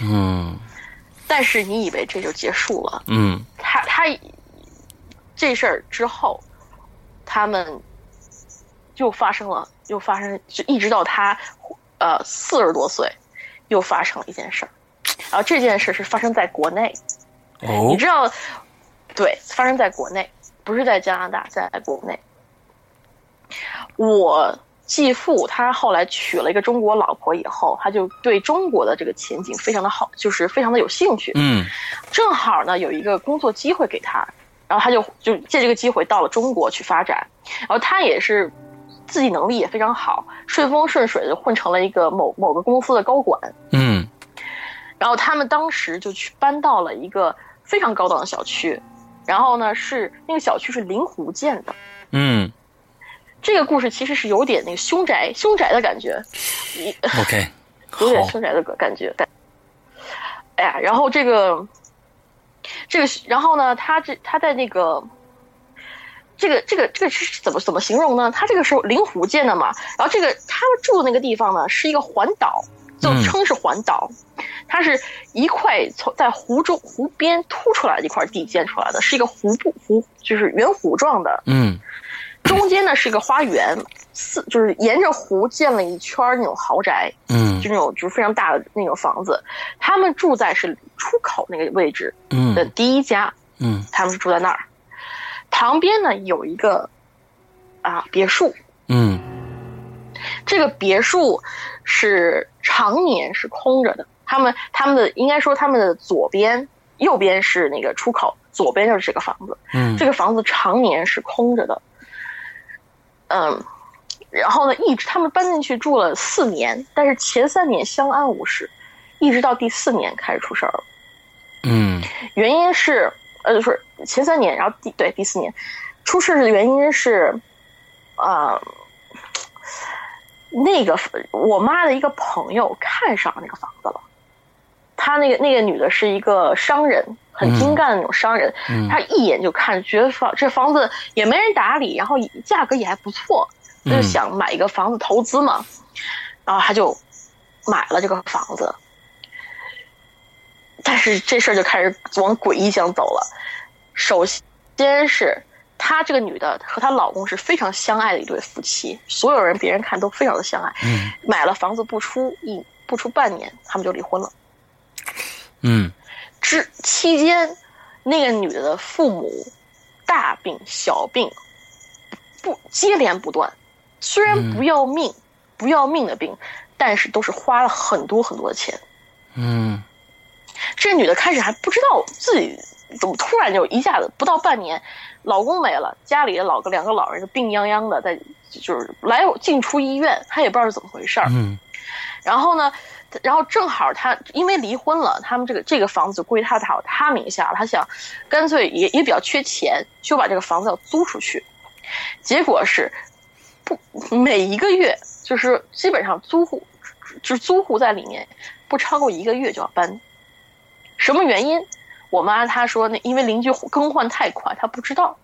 [SPEAKER 3] 嗯
[SPEAKER 4] 但是你以为这就结束了，
[SPEAKER 3] 嗯
[SPEAKER 4] 他他这事儿之后，他们又发生了，又发生，就一直到他呃四十多岁，又发生了一件事儿。然后这件事是发生在国内，
[SPEAKER 3] 哦
[SPEAKER 4] 你知道，对，发生在国内，不是在加拿大，在国内。我继父他后来娶了一个中国老婆以后，他就对中国的这个前景非常的好，就是非常的有兴趣。
[SPEAKER 3] 嗯
[SPEAKER 4] 正好呢有一个工作机会给他，然后他就就借这个机会到了中国去发展，然后他也是自己能力也非常好，顺风顺水就混成了一个某某个公司的高管，
[SPEAKER 3] 嗯
[SPEAKER 4] 然后他们当时就去搬到了一个非常高档的小区，然后呢是那个小区是临湖建的。
[SPEAKER 3] 嗯
[SPEAKER 4] 这个故事其实是有点那个凶宅凶宅的感觉，一
[SPEAKER 3] ，OK，
[SPEAKER 4] 有点
[SPEAKER 3] 好，
[SPEAKER 4] 凶宅的感觉。但哎呀，然后这个，这个，然后呢，他这他在那个，这个这个这个是怎么怎么形容呢？他这个时候临湖建的嘛，然后这个他们住的那个地方呢，是一个环岛，就
[SPEAKER 3] 嗯
[SPEAKER 4] 称是环岛，它是一块从在湖中湖边凸出来的一块地建出来的，是一个湖部湖，就是圆弧状的，
[SPEAKER 3] 嗯
[SPEAKER 4] 中间呢是一个花园，四就是沿着湖建了一圈儿那种豪宅，
[SPEAKER 3] 嗯
[SPEAKER 4] 就那种就是非常大的那种房子，他们住在是出口那个位置的
[SPEAKER 3] 嗯
[SPEAKER 4] 第一家，
[SPEAKER 3] 嗯
[SPEAKER 4] 他们是住在那儿。旁边呢有一个啊别墅，
[SPEAKER 3] 嗯，
[SPEAKER 4] 这个别墅是常年是空着的。他们他们的应该说他们的左边、右边是那个出口，左边就是这个房子。
[SPEAKER 3] 嗯
[SPEAKER 4] 这个房子常年是空着的，嗯，然后呢，一直他们搬进去住了四年，但是前三年相安无事，一直到第四年开始出事儿了。
[SPEAKER 3] 嗯
[SPEAKER 4] 原因是，呃，就是前三年，然后第对第四年出事的原因是，呃，那个我妈的一个朋友看上那个房子了，她那个那个女的是一个商人，很精干的那种商人，
[SPEAKER 3] 嗯
[SPEAKER 4] 她一眼就看觉得房这房子也没人打理，然后价格也还不错，她就
[SPEAKER 3] 嗯
[SPEAKER 4] 想买一个房子投资嘛，然后她就买了这个房子。但是这事儿就开始往诡异想走了。首先是她这个女的和她老公是非常相爱的一对夫妻，所有人别人看都非常的相爱。
[SPEAKER 3] 嗯
[SPEAKER 4] 买了房子不出一不出半年，他们就离婚了。
[SPEAKER 3] 嗯
[SPEAKER 4] 之期间，那个女的的父母大病小病不接连不断，虽然不要命、不要命的病，但是都是花了很多很多的钱。
[SPEAKER 3] 嗯
[SPEAKER 4] 这女的开始还不知道自己怎么突然就一下子不到半年，老公没了，家里的老个两个老人就病殃殃的，在就是来进出医院，她也不知道是怎么回事儿。
[SPEAKER 3] 嗯
[SPEAKER 4] 然后呢，然后正好她因为离婚了，他们这个这个房子就归她她她名下了，她想干脆也也比较缺钱，就把这个房子要租出去。结果是不每一个月就是基本上租户就是租户在里面不超过一个月就要搬，什么原因？我妈她说那因为邻居更换太快，她不知道，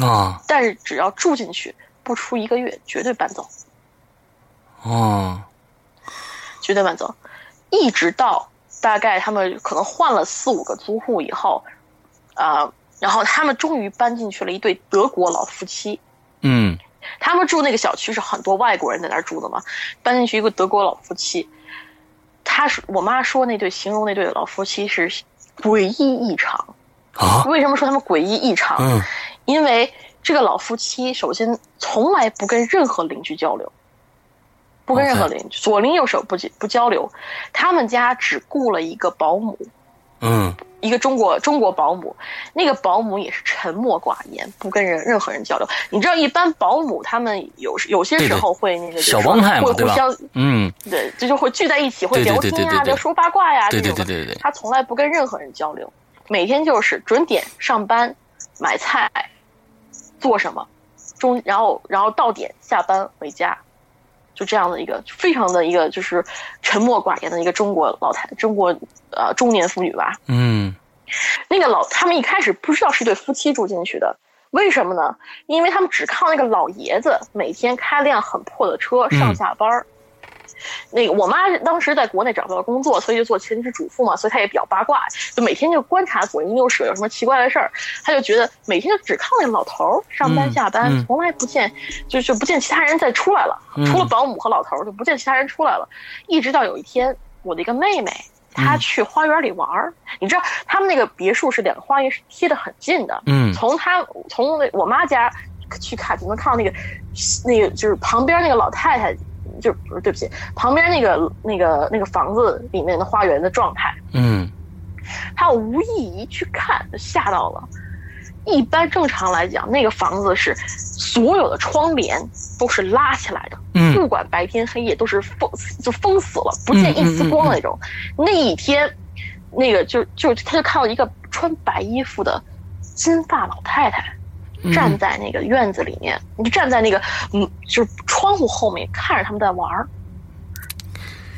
[SPEAKER 3] 啊
[SPEAKER 4] 但是只要住进去不出一个月绝对搬走。
[SPEAKER 3] 啊
[SPEAKER 4] 绝对搬走，一直到大概他们可能换了四五个租户以后，啊、然后他们终于搬进去了一对德国老夫妻。
[SPEAKER 3] 嗯
[SPEAKER 4] 他们住那个小区是很多外国人在那儿住的嘛，搬进去一个德国老夫妻，他是我妈说那对形容那对老夫妻是诡异异常。
[SPEAKER 3] 啊
[SPEAKER 4] 为什么说他们诡异异常？
[SPEAKER 3] 嗯
[SPEAKER 4] 因为这个老夫妻首先从来不跟任何邻居交流，不跟任何
[SPEAKER 3] OK
[SPEAKER 4] 邻居左邻右舍不交不交流，他们家只雇了一个保姆，
[SPEAKER 3] 嗯
[SPEAKER 4] 一个中国中国保姆，那个保姆也是沉默寡言，不跟人任何人交流。你知道，一般保姆他们有有些时候会那个就是
[SPEAKER 3] 小
[SPEAKER 4] 说
[SPEAKER 3] 帮派嘛
[SPEAKER 4] 会
[SPEAKER 3] 对
[SPEAKER 4] 互
[SPEAKER 3] 吧
[SPEAKER 4] 相
[SPEAKER 3] 嗯
[SPEAKER 4] 对，这就会聚在一起，会
[SPEAKER 3] 对对
[SPEAKER 4] 聊
[SPEAKER 3] 对对
[SPEAKER 4] 天
[SPEAKER 3] 对
[SPEAKER 4] 啊，
[SPEAKER 3] 对
[SPEAKER 4] 就说八卦呀、
[SPEAKER 3] 对对
[SPEAKER 4] 这种的
[SPEAKER 3] 对对对对
[SPEAKER 4] 他从来不跟任何人交流，每天就是准点上班、买菜、做什么，中然后然后到点下班回家，就这样的一个非常的一个就是沉默寡言的一个中国老太中国呃中年妇女吧。
[SPEAKER 3] 嗯
[SPEAKER 4] 那个老他们一开始不知道是一对夫妻住进去的，为什么呢？因为他们只靠那个老爷子每天开辆很破的车
[SPEAKER 3] 嗯
[SPEAKER 4] 上下班儿。那个我妈是当时在国内找不到工作，所以就做全职主妇嘛，所以她也比较八卦，就每天就观察左邻右舍有什么奇怪的事儿，她就觉得每天就只靠那个老头儿上班
[SPEAKER 3] 嗯
[SPEAKER 4] 下班，
[SPEAKER 3] 嗯
[SPEAKER 4] 从来不见就就不见其他人再出来了，
[SPEAKER 3] 嗯
[SPEAKER 4] 除了保姆和老头儿就不见其他人出来了。一直到有一天，我的一个妹妹她
[SPEAKER 3] 嗯
[SPEAKER 4] 去花园里玩儿，你知道他们那个别墅是两个花园是贴得很近的，
[SPEAKER 3] 嗯
[SPEAKER 4] 从她从那我妈家去看就能看到那个那个就是旁边那个老太太，就不是对不起，旁边那个那个那个房子里面的花园的状态，
[SPEAKER 3] 嗯
[SPEAKER 4] 她无意一去看就吓到了。一般正常来讲，那个房子是所有的窗帘都是拉起来的，
[SPEAKER 3] 嗯
[SPEAKER 4] 不管白天黑夜都是封，就封死了，不见一丝光的那种。那一天，那个就就他就看到一个穿白衣服的金发老太太站在那个院子里面，你就站在那个嗯，就是窗户后面看着他们在玩儿，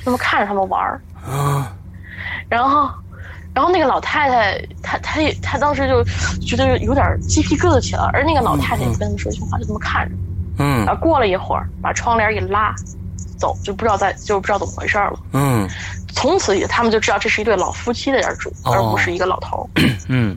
[SPEAKER 4] 那么看着他们玩儿，
[SPEAKER 3] 啊
[SPEAKER 4] 然后。然后那个老太太，她她也她当时就觉得有点鸡皮疙瘩起来了，而那个老太太也不跟他们说一句话，就这么看着。
[SPEAKER 3] 嗯
[SPEAKER 4] 然后过了一会儿，把窗帘一拉，走，就不知道在就不知道怎么回事儿了。
[SPEAKER 3] 嗯
[SPEAKER 4] 从此以他们就知道这是一对老夫妻在这儿住，
[SPEAKER 3] 哦
[SPEAKER 4] 而不是一个老头儿。
[SPEAKER 3] 嗯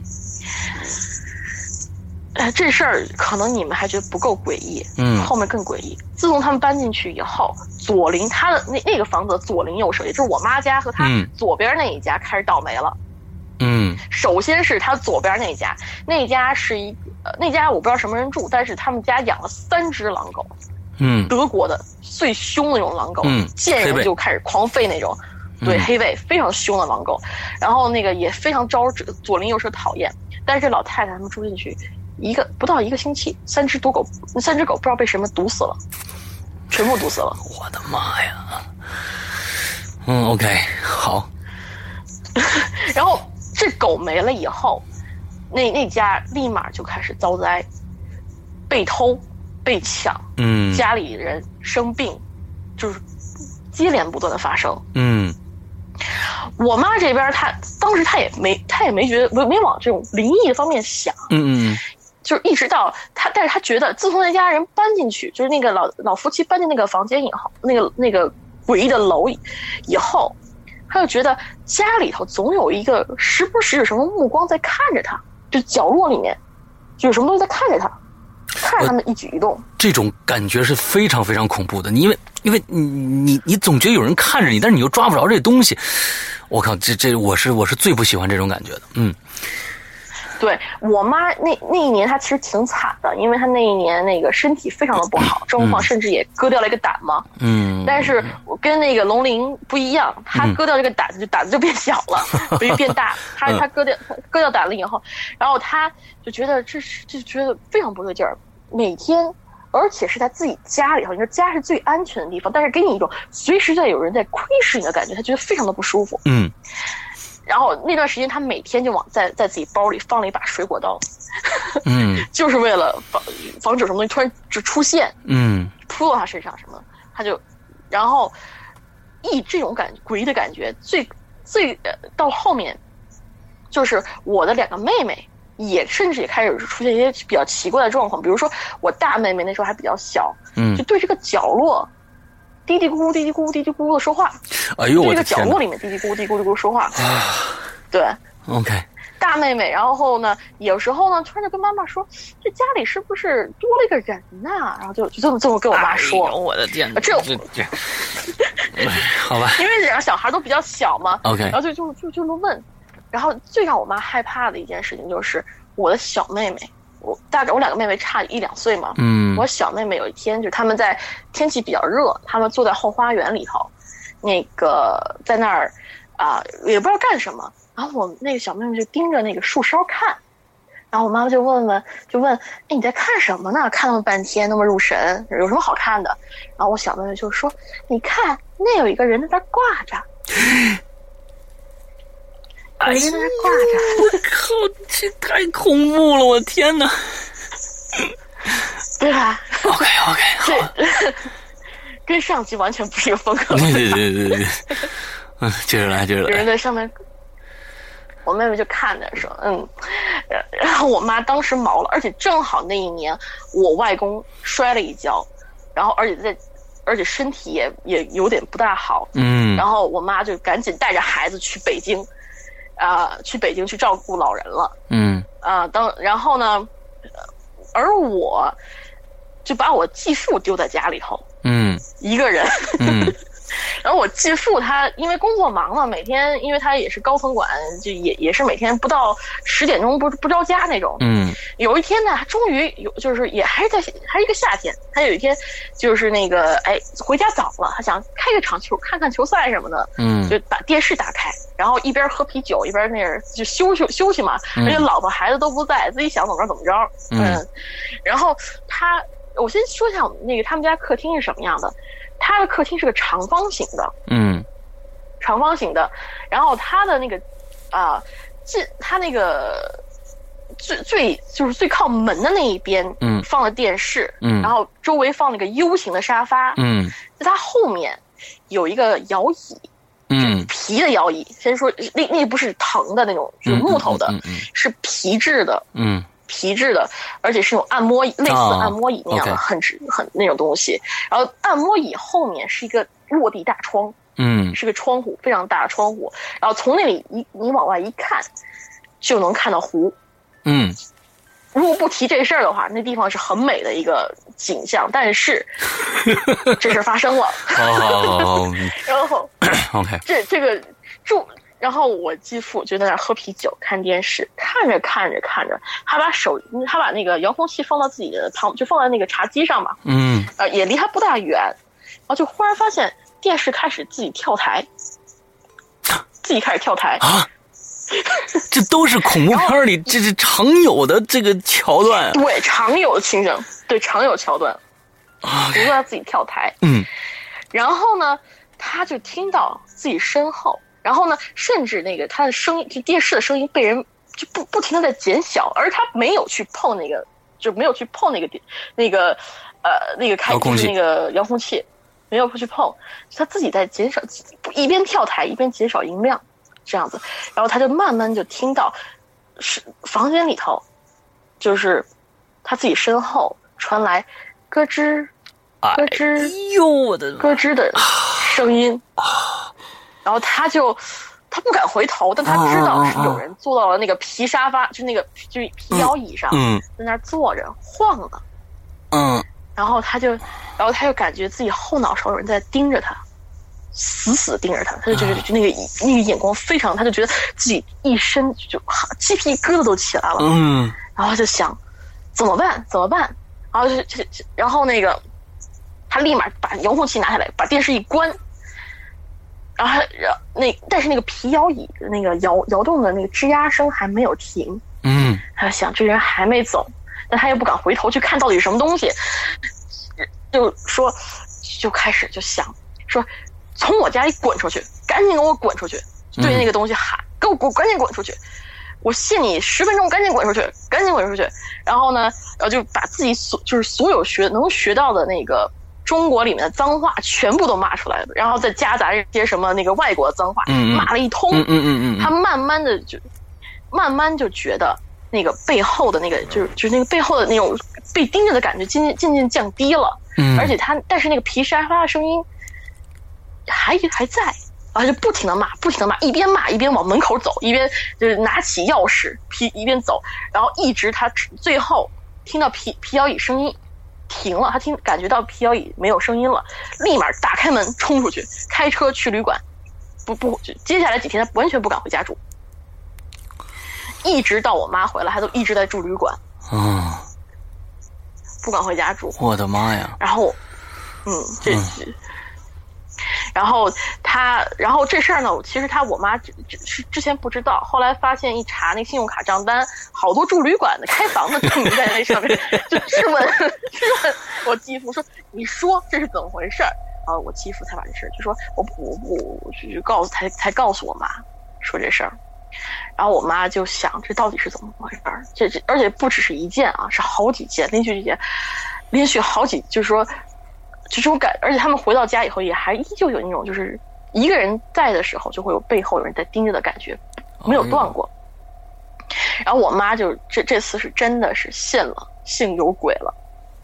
[SPEAKER 4] 哎，这事儿可能你们还觉得不够诡异，
[SPEAKER 3] 嗯
[SPEAKER 4] 后面更诡异。自从他们搬进去以后，左邻他的那那个房子左邻右舍，也就是我妈家和他
[SPEAKER 3] 嗯
[SPEAKER 4] 左边那一家开始倒霉了。
[SPEAKER 3] 嗯
[SPEAKER 4] 首先是他左边那家，那家是一、呃、那家我不知道什么人住，但是他们家养了三只狼狗，
[SPEAKER 3] 嗯
[SPEAKER 4] 德国的最凶的那种狼狗，
[SPEAKER 3] 嗯
[SPEAKER 4] 见
[SPEAKER 3] 黑背
[SPEAKER 4] 人就开始狂吠那种，对
[SPEAKER 3] 嗯
[SPEAKER 4] 黑背非常凶的狼狗，然后那个也非常招这左邻右舍讨厌。但是这老太太他们住进去一个不到一个星期，三只毒狗，三只狗不知道被什么毒死了，全部毒死了。
[SPEAKER 3] 我的妈呀！嗯，OK，好，
[SPEAKER 4] 然后这狗没了以后，那那家立马就开始遭灾，被偷、被抢，
[SPEAKER 3] 嗯
[SPEAKER 4] 家里人生病，就是接连不断的发生。
[SPEAKER 3] 嗯
[SPEAKER 4] 我妈这边她当时她也没她也没觉得没没往这种灵异的方面想，
[SPEAKER 3] 嗯嗯
[SPEAKER 4] 就是一直到她，但是她觉得自从那家人搬进去，就是那个老老夫妻搬进那个房间以后，那个那个诡异的楼以以后，她就觉得家里头总有一个时不时有什么目光在看着她，就角落里面就有什么东西在看着她，看着他们一举一动。
[SPEAKER 3] 这种感觉是非常非常恐怖的，你因为因为你你你总觉得有人看着你，但是你又抓不着这东西。我靠，这这我是我是最不喜欢这种感觉的。嗯
[SPEAKER 4] 对我妈那那一年，她其实挺惨的，因为她那一年那个身体非常的不好，状况甚至也割掉了一个胆嘛。
[SPEAKER 3] 嗯，
[SPEAKER 4] 但是我跟那个龙鳞不一样，它
[SPEAKER 3] 嗯
[SPEAKER 4] 割掉这个胆子就胆子就变小
[SPEAKER 3] <laughs>
[SPEAKER 4] 了，不就变大。它它割掉它割掉胆了以后，然后它就觉得这是就觉得非常不对劲儿，每天。而且是在自己家里头，你说家是最安全的地方，但是给你一种随时在有人在窥视你的感觉，他觉得非常的不舒服。
[SPEAKER 3] 嗯
[SPEAKER 4] 然后那段时间，他每天就往在在自己包里放了一把水果刀，
[SPEAKER 3] 嗯
[SPEAKER 4] 就是为了防防止什么东西突然就出现，
[SPEAKER 3] 嗯
[SPEAKER 4] 扑到他身上什么的，他就，然后，一这种感诡异的感觉，最最呃到后面，就是我的两个妹妹也甚至也开始出现一些比较奇怪的状况，比如说我大妹妹那时候还比较小，就
[SPEAKER 3] 嗯，
[SPEAKER 4] 对这个角落。嘀嘀咕咕、嘀嘀咕咕、嘀嘀咕咕的说话，
[SPEAKER 3] 哎呦
[SPEAKER 4] 对
[SPEAKER 3] 我
[SPEAKER 4] 这
[SPEAKER 3] 的
[SPEAKER 4] 个角
[SPEAKER 3] 天哪啊
[SPEAKER 4] 落里面嘀嘀咕咕、嘀咕嘀咕地说话。对，
[SPEAKER 3] ！OK，
[SPEAKER 4] 大妹妹，然后呢，有时候呢，突然就跟妈妈说，这家里是不是多了一个人呐、然后就就这么这么跟我妈说，呃
[SPEAKER 3] 哎呦我的天哪，
[SPEAKER 4] 这
[SPEAKER 3] 这这， <laughs> 哎好吧
[SPEAKER 4] 因为两个小孩都比较小嘛，
[SPEAKER 3] ，OK，
[SPEAKER 4] <laughs> 然后就就就就能问，然后最让我妈害怕的一件事情就是我的小妹妹，我大概我两个妹妹差一两岁嘛，
[SPEAKER 3] 嗯
[SPEAKER 4] 我小妹妹有一天就是他们在天气比较热，他们坐在后花园里头，那个在那儿啊、也不知道干什么，然后我那个小妹妹就盯着那个树梢看。然后我妈妈就问问，就问，哎，你在看什么呢？看那么半天，那么入神，有什么好看的？然后我小妹妹就说，你看那有一个人在那儿挂着，有一个人在那儿挂着。 <laughs>
[SPEAKER 3] 靠，这太恐怖了，我的天哪！
[SPEAKER 4] 对吧？ <laughs>
[SPEAKER 3] OK OK，好，
[SPEAKER 4] 跟上集完全不是一个风
[SPEAKER 3] <laughs>
[SPEAKER 4] 格。
[SPEAKER 3] 对对对对对，嗯，接着来，接着
[SPEAKER 4] 有人
[SPEAKER 3] 来，
[SPEAKER 4] 在上面，我妹妹就看着说，嗯，然然后我妈当时毛了，而且正好那一年我外公摔了一跤，然后而且在，而且身体也也有点不大好，
[SPEAKER 3] 嗯，
[SPEAKER 4] 然后我妈就赶紧带着孩子去北京，啊、去北京去照顾老人了。
[SPEAKER 3] 嗯
[SPEAKER 4] 啊，当然后呢，呃而我就把我继父丢在家里头
[SPEAKER 3] 嗯
[SPEAKER 4] 一个人。
[SPEAKER 3] 嗯
[SPEAKER 4] 然后我继父他因为工作忙嘛，每天因为他也是高层管，就也也是每天不到十点钟不不着家那种。
[SPEAKER 3] 嗯
[SPEAKER 4] 有一天呢，他终于有就是也还是在还是一个夏天，他有一天就是那个哎回家早了，他想开个场球看看球赛什么的，
[SPEAKER 3] 嗯
[SPEAKER 4] 就把电视打开，然后一边喝啤酒一边那儿就休息休息嘛，
[SPEAKER 3] 嗯
[SPEAKER 4] 而且老婆孩子都不在，自己想怎么着怎么着。
[SPEAKER 3] 嗯
[SPEAKER 4] 然后他，我先说一下我们那个他们家客厅是什么样的，他的客厅是个长方形的，
[SPEAKER 3] 嗯
[SPEAKER 4] 长方形的，然后他的那个啊，进、他那个。最最就是最靠门的那一边，
[SPEAKER 3] 嗯
[SPEAKER 4] 放了电视，
[SPEAKER 3] 嗯
[SPEAKER 4] 然后周围放了个 U 型的沙发，
[SPEAKER 3] 嗯
[SPEAKER 4] 在它后面有一个摇椅，
[SPEAKER 3] 嗯，
[SPEAKER 4] 皮的摇椅，先说那那不是藤的那种，就是木头的，
[SPEAKER 3] 嗯嗯
[SPEAKER 4] 是皮质的，
[SPEAKER 3] 嗯
[SPEAKER 4] 皮质的，而且是那种按摩椅，类似按摩椅那样的，
[SPEAKER 3] 哦 OK
[SPEAKER 4] 很直很那种东西。然后按摩椅后面是一个落地大窗，
[SPEAKER 3] 嗯
[SPEAKER 4] 是个窗户，非常大的窗户。然后从那里一你往外一看，就能看到湖。 <laughs>
[SPEAKER 3] 嗯
[SPEAKER 4] 如果不提这事儿的话，那地方是很美的一个景象。但是这事儿发生了，
[SPEAKER 3] 好好好
[SPEAKER 4] 然后
[SPEAKER 3] 好，OK，
[SPEAKER 4] 这这个住，然后我继父就在那儿喝啤酒、看电视，看着看着看着，他把手，他把那个遥控器放到自己的旁，就放在那个茶几上嘛，
[SPEAKER 3] 嗯
[SPEAKER 4] 呃，也离他不大远，然后就忽然发现电视开始自己跳台，自己开始跳台，
[SPEAKER 3] 啊。这都是恐怖片里这是常有的这个桥段。
[SPEAKER 4] 对，常有情景，对，常有桥段， <laughs> 不断自己跳台，
[SPEAKER 3] 啊嗯
[SPEAKER 4] 然后呢，他就听到自己身后，然后呢，甚至那个他的声音，就电视的声音被人就不不停的在减小，而他没有去碰那个，就没有去碰那个电那个呃那个开
[SPEAKER 3] 遥控器
[SPEAKER 4] 就是那个遥控器，没有去碰，他自己在减少，一边跳台一边减少音量，这样子，然后他就慢慢就听到是房间里头，就是他自己身后传来咯吱
[SPEAKER 3] 哎
[SPEAKER 4] 咯吱。
[SPEAKER 3] 呦我的
[SPEAKER 4] 咯吱哎的声音，然后他就他不敢回头，
[SPEAKER 3] 啊
[SPEAKER 4] 但他知道是有人坐到了那个皮沙发，就那个就皮摇椅上，
[SPEAKER 3] 嗯
[SPEAKER 4] 在那儿坐着晃了，
[SPEAKER 3] 嗯
[SPEAKER 4] 然后他就，然后他就感觉自己后脑勺有人在盯着他。死死地盯着他，他就就是
[SPEAKER 3] 啊
[SPEAKER 4] 就那个那个眼光非常，他就觉得自己一身就鸡皮疙瘩都起来了，
[SPEAKER 3] 嗯
[SPEAKER 4] 然后就想怎么办？怎么办？然后就就就然后那个他立马把遥控器拿下来，把电视一关，然后他然后那但是那个皮摇椅那个摇摇动的那个吱呀声还没有停，
[SPEAKER 3] 嗯
[SPEAKER 4] 他就想这人还没走，但他又不敢回头去看到底是什么东西，就说就开始就想说从我家里滚出去，赶紧给我滚出去，对
[SPEAKER 3] 嗯
[SPEAKER 4] 那个东西喊，给我滚，赶紧滚出去。我限你十分钟，赶紧滚出去，赶紧滚出去。然后呢，然后就把自己所就是所有学能学到的那个中国里面的脏话全部都骂出来了，然后再夹杂一些什么那个外国的脏话，
[SPEAKER 3] 嗯嗯
[SPEAKER 4] 骂了一通。
[SPEAKER 3] 嗯嗯嗯
[SPEAKER 4] 他慢慢的就，慢慢就觉得那个背后的那个，就是就是那个背后的那种被盯着的感觉，渐渐渐渐降低了。
[SPEAKER 3] 嗯，
[SPEAKER 4] 而且他，但是那个皮沙发的声音还还在，然后就不停的骂，不停的骂，一边骂一边往门口走，一边就是拿起钥匙皮一边走，然后一直他最后听到皮皮摇椅声音停了，他听感觉到皮摇椅没有声音了，立马打开门冲出去，开车去旅馆，不不，就接下来几天他完全不敢回家住。一直到我妈回来，他都一直在住旅馆，
[SPEAKER 3] 啊，
[SPEAKER 4] 不敢回家住。
[SPEAKER 3] 我的妈呀！
[SPEAKER 4] 然后，嗯，这，然后他，然后这事儿呢，我其实他我妈之之之之前不知道，后来发现一查那信用卡账单，好多住旅馆的、开房的都在那上面， <laughs> 就质问质问我继父说：“你说这是怎么回事儿？”啊，我继父才把这事儿就说我我我我就就告诉才才告诉我妈说这事儿。然后我妈就想，这到底是怎么回事儿？这这，而且不只是一件啊，是好几件，连续几件。连续好几，就是说，就这种感，而且他们回到家以后也还依旧有那种就是一个人在的时候就会有背后有人在盯着的感觉，没有断过。然后我妈就这这次是真的是信了，信有鬼了。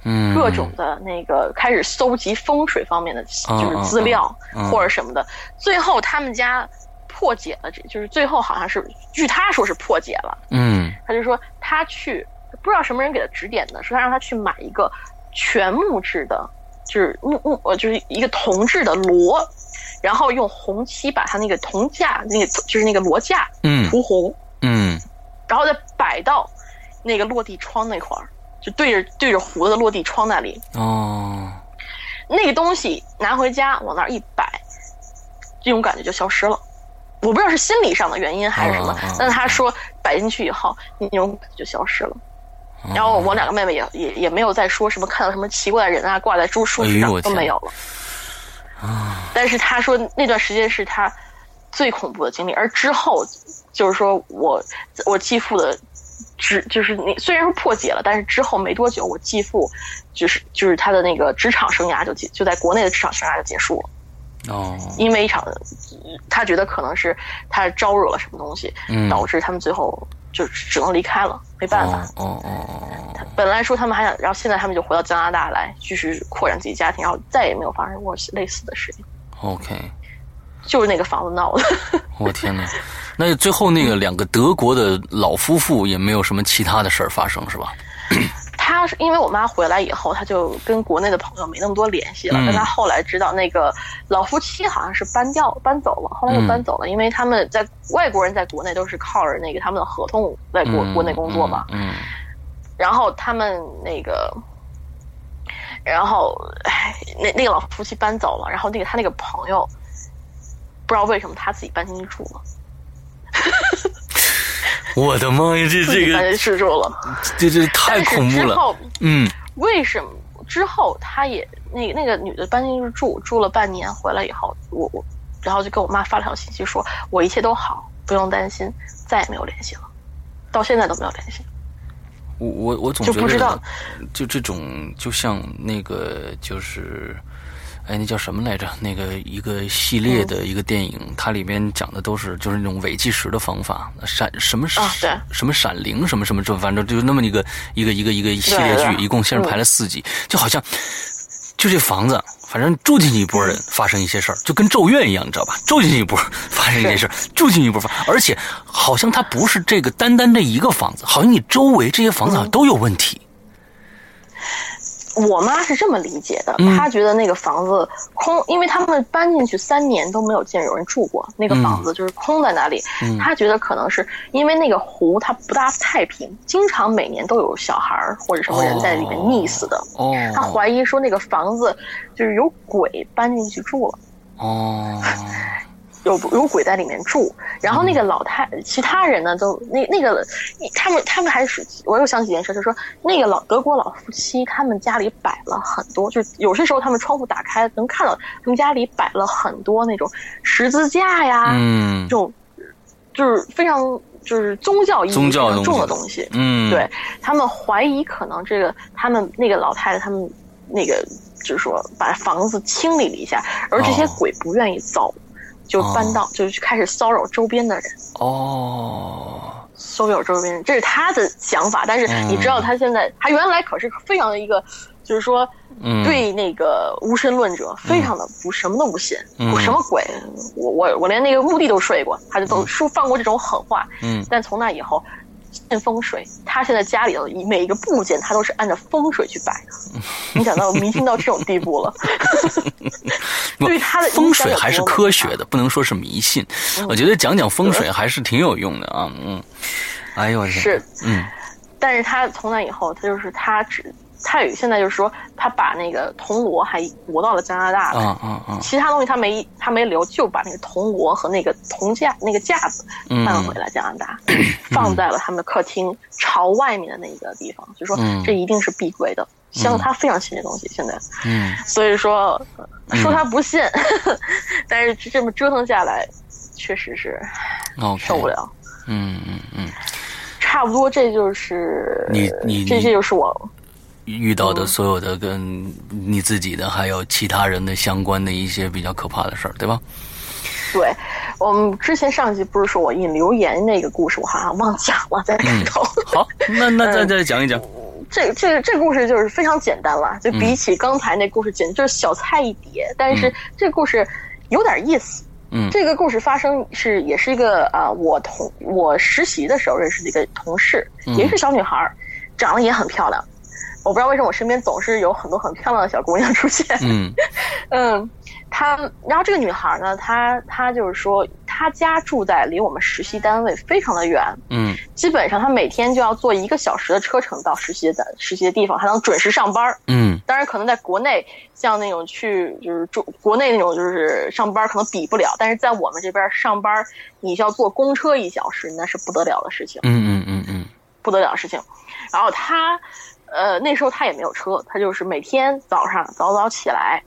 [SPEAKER 3] 嗯，
[SPEAKER 4] 各种的那个开始搜集风水方面的
[SPEAKER 3] 嗯
[SPEAKER 4] 就是资料
[SPEAKER 3] 嗯嗯
[SPEAKER 4] 或者什么的，最后他们家破解了这，就是最后好像是据他说是破解了，
[SPEAKER 3] 嗯
[SPEAKER 4] 他就说他去不知道什么人给他指点的，说他让他去买一个全木质的，就是木木呃就是一个铜制的箩，然后用红漆把它那个铜架那个就是那个箩架
[SPEAKER 3] 嗯
[SPEAKER 4] 涂红，
[SPEAKER 3] 嗯
[SPEAKER 4] 然后再摆到那个落地窗那块儿，就对着对着胡子的落地窗那里。
[SPEAKER 3] 哦，
[SPEAKER 4] 那个东西拿回家往那儿一摆，这种感觉就消失了。我不知道是心理上的原因还是什么，
[SPEAKER 3] 啊啊啊
[SPEAKER 4] 但是他说摆进去以后，那种感觉就消失了。
[SPEAKER 3] 哦
[SPEAKER 4] 然后我两个妹妹也也也没有再说什么看到什么奇怪的人啊，挂在书书
[SPEAKER 3] 哎呦
[SPEAKER 4] 纸上
[SPEAKER 3] 我
[SPEAKER 4] 都
[SPEAKER 3] 天啊
[SPEAKER 4] 没有了。但是他说那段时间是他最恐怖的经历，而之后就是说我我继父的职就是那虽然说破解了，但是之后没多久，我继父就是就是他的那个职场生涯就结就在国内的职场生涯就结束了，
[SPEAKER 3] 哦，
[SPEAKER 4] 因为一场他觉得可能是他招惹了什么东西，
[SPEAKER 3] 嗯
[SPEAKER 4] 导致他们最后就只能离开了，没办法。
[SPEAKER 3] 哦哦哦哦，
[SPEAKER 4] 本来说他们还想，然后现在他们就回到加拿大来继续扩展自己家庭，然后再也没有发生过类似的事情，
[SPEAKER 3] 哦，OK，
[SPEAKER 4] 就是那个房子闹的。
[SPEAKER 3] 我天哪！那最后那个两个德国的老夫妇也没有什么其他的事儿发生是吧？
[SPEAKER 4] 他是因为我妈回来以后，他就跟国内的朋友没那么多联系了。
[SPEAKER 3] 嗯
[SPEAKER 4] 但他后来知道，那个老夫妻好像是搬掉、搬走了，后来又搬
[SPEAKER 3] 嗯
[SPEAKER 4] 走了，因为他们在外国人在国内都是靠着那个他们的合同在国、
[SPEAKER 3] 嗯
[SPEAKER 4] 国内工作嘛。
[SPEAKER 3] 嗯
[SPEAKER 4] 然后他们那个，然后唉，那那个老夫妻搬走了，然后那个他那个朋友，不知道为什么他自己搬进去住了，
[SPEAKER 3] 我的妈呀，这
[SPEAKER 4] 自己
[SPEAKER 3] 这
[SPEAKER 4] 搬
[SPEAKER 3] 个
[SPEAKER 4] 进去住了。
[SPEAKER 3] 这这太恐怖
[SPEAKER 4] 但是之
[SPEAKER 3] 了。
[SPEAKER 4] 后
[SPEAKER 3] 嗯
[SPEAKER 4] 为什么之后他也那那个女的搬进去住住了半年，回来以后，我我然后就跟我妈发了条信息说，我一切都好，不用担心，再也没有联系了，到现在都没有联系。
[SPEAKER 3] 我我我总
[SPEAKER 4] 就
[SPEAKER 3] 觉得
[SPEAKER 4] 不知道
[SPEAKER 3] 就这种就像那个就是，哎，那叫什么来着？那个一个系
[SPEAKER 4] 嗯
[SPEAKER 3] 列的一个电影，它里面讲的都是就是那种伪纪实的方法，闪什么闪、
[SPEAKER 4] 啊对
[SPEAKER 3] 什么闪灵什么什么这，反正就是那么一个一个一个一个系列
[SPEAKER 4] 对
[SPEAKER 3] 剧，
[SPEAKER 4] 对嗯
[SPEAKER 3] 一共先是排了四集，就好像就这房子。反正住进去一波人发生一些事儿，就跟《咒怨》一样，你知道吧？住进去一波 <laughs> 发生一些事儿，住进去一波发，而且好像它不是这个单单这一个房子，好像你周围这些房子好像都有问题。
[SPEAKER 4] 我妈是这么理解的，
[SPEAKER 3] 嗯
[SPEAKER 4] 她觉得那个房子空，因为他们搬进去三年都没有见有人住过，那
[SPEAKER 3] 嗯
[SPEAKER 4] 个房子就是空在那里。她觉得可能是因为那个湖它不大太平，经常每年都有小孩儿或者什么人在里面
[SPEAKER 3] 哦
[SPEAKER 4] 溺死的。
[SPEAKER 3] 哦，
[SPEAKER 4] 她怀疑说那个房子就是有鬼搬进去住了，
[SPEAKER 3] 哦，
[SPEAKER 4] 有有鬼在里面住。然后那
[SPEAKER 3] 嗯
[SPEAKER 4] 个老太，其他人呢都那那个他们他们还是我又想起一件事，就是说那个老德国老夫妻他们家里摆了很多，就是有些时候他们窗户打开能看到他们家里摆了很多那种十字架呀，
[SPEAKER 3] 嗯
[SPEAKER 4] 这种就是非常就是宗教意义
[SPEAKER 3] 宗教
[SPEAKER 4] 非
[SPEAKER 3] 的
[SPEAKER 4] 常
[SPEAKER 3] 东西
[SPEAKER 4] 重的东西。
[SPEAKER 3] 嗯，
[SPEAKER 4] 对，他们怀疑可能这个他们那个老太太他们那个就是说把房子清理了一下，而这些
[SPEAKER 3] 哦
[SPEAKER 4] 鬼不愿意走，就搬到、就是开始骚扰周边的人，
[SPEAKER 3] 哦，
[SPEAKER 4] 骚扰周边人，这是他的想法。但是你知道他现在、他原来可是非常的一个。就是说，
[SPEAKER 3] 嗯，，
[SPEAKER 4] 对那个无神论者非常的不、什么都不信，
[SPEAKER 3] 嗯
[SPEAKER 4] 我什么鬼？我我我连那个墓地都睡过，他就都说放过这种狠话。
[SPEAKER 3] 嗯，
[SPEAKER 4] 但从那以后，信风水，他现在家里头每一个部件，他都是按照风水去摆的。你想到迷信到这种地步了， <laughs>
[SPEAKER 3] 不
[SPEAKER 4] 对他的
[SPEAKER 3] 风
[SPEAKER 4] 影响
[SPEAKER 3] 水
[SPEAKER 4] 有
[SPEAKER 3] 还是
[SPEAKER 4] 多么
[SPEAKER 3] 科
[SPEAKER 4] 大
[SPEAKER 3] 学的，不能说是迷信。我觉得讲讲风水还是挺有用的啊，嗯，哎呦我的天，
[SPEAKER 4] 是，
[SPEAKER 3] 嗯，
[SPEAKER 4] 但是他从那以后，他就是他只他有现在就是说，他把那个铜锣还挪到了加拿大
[SPEAKER 3] 啊
[SPEAKER 4] 来
[SPEAKER 3] 啊啊，
[SPEAKER 4] 其他东西他没他没留，就把那个铜锣和那个铜架那个架子
[SPEAKER 3] 嗯
[SPEAKER 4] 搬回来加拿大，放在了他们客厅朝外面的那个地方，就说
[SPEAKER 3] 嗯
[SPEAKER 4] 这一定是避鬼的。像
[SPEAKER 3] 嗯
[SPEAKER 4] 他非常信这东西，现在，
[SPEAKER 3] 嗯
[SPEAKER 4] 所以说说他不信， <laughs> 但是这么折腾下来，确实是
[SPEAKER 3] ，OK，
[SPEAKER 4] 受不，了。
[SPEAKER 3] 嗯嗯嗯，
[SPEAKER 4] 差不多，这就是
[SPEAKER 3] 你你
[SPEAKER 4] 这
[SPEAKER 3] 你
[SPEAKER 4] 这就是我
[SPEAKER 3] 遇到的所有的跟你自己的还有其他人的相关的一些比较可怕的事儿，对吧？
[SPEAKER 4] 对，我们之前上一集不是说我引留言那个故事，我好像忘讲了，在
[SPEAKER 3] 嗯
[SPEAKER 4] 里头。 <laughs>
[SPEAKER 3] 好，那那再再讲一讲，
[SPEAKER 4] 这这这故事就是非常简单了，就
[SPEAKER 3] 嗯
[SPEAKER 4] 比起刚才那故事简直就是小菜一碟。但是这故事有点意思。
[SPEAKER 3] 嗯
[SPEAKER 4] 这个故事发生是也是一个啊、呃我同我实习的时候认识的一个同事，也是小女孩儿，长得也很漂亮。我不知道为什么我身边总是有很多很漂亮的小姑娘出现。
[SPEAKER 3] 嗯
[SPEAKER 4] <laughs> 嗯，她，然后这个女孩呢，她她就是说，她家住在离我们实习单位非常的远，
[SPEAKER 3] 嗯
[SPEAKER 4] 基本上她每天就要坐一个小时的车程到实习的实习的地方，才能准时上班儿。
[SPEAKER 3] 嗯
[SPEAKER 4] 当然，可能在国内像那种去就是中国内那种就是上班可能比不了，但是在我们这边上班，你需要坐公车一小时，那是不得了的事情。
[SPEAKER 3] 嗯嗯嗯嗯
[SPEAKER 4] 不得了的事情。然后他，呃，那时候他也没有车，他就是每天早上早早起来，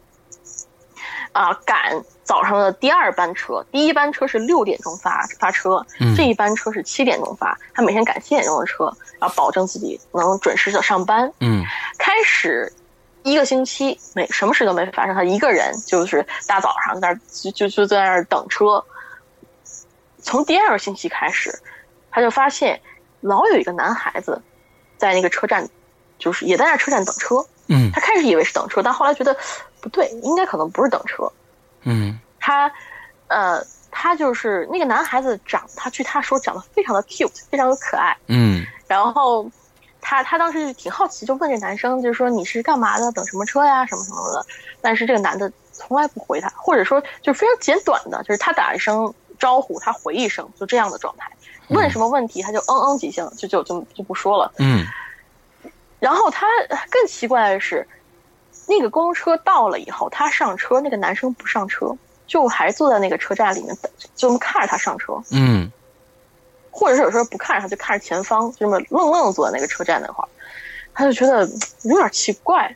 [SPEAKER 4] 啊、赶早上的第二班车，第一班车是六点钟发发车
[SPEAKER 3] 嗯，
[SPEAKER 4] 这一班车是七点钟发，他每天赶七点钟的车，然后保证自己能准时的上班。
[SPEAKER 3] 嗯
[SPEAKER 4] 开始一个星期没什么事都没发生，他一个人就是大早上在那儿就就就在那儿等车。从第二个星期开始，他就发现老有一个男孩子在那个车站，就是也在那车站等车。
[SPEAKER 3] 嗯
[SPEAKER 4] 他开始以为是等车，但后来觉得不对，应该可能不是等车。
[SPEAKER 3] 嗯
[SPEAKER 4] 他，呃，他就是那个男孩子长，他据他说长得非常的 cute，非常的可爱。
[SPEAKER 3] 嗯
[SPEAKER 4] 然后他他当时就挺好奇，就问这男生，就说你是干嘛的，等什么车呀，什么什么的。但是这个男的从来不回他，或者说就非常简短的，就是他打一声招呼，他回一声，就这样的状态。问什么问题，他就嗯嗯几声，就就就就不说了。
[SPEAKER 3] 嗯
[SPEAKER 4] 然后他更奇怪的是，那个公车到了以后，他上车，那个男生不上车，就还坐在那个车站里面等，就这么看着他上车。
[SPEAKER 3] 嗯
[SPEAKER 4] 或者是有时候不看着他，就看着前方，就这么愣愣地坐在那个车站那块儿，他就觉得嗯有点奇怪，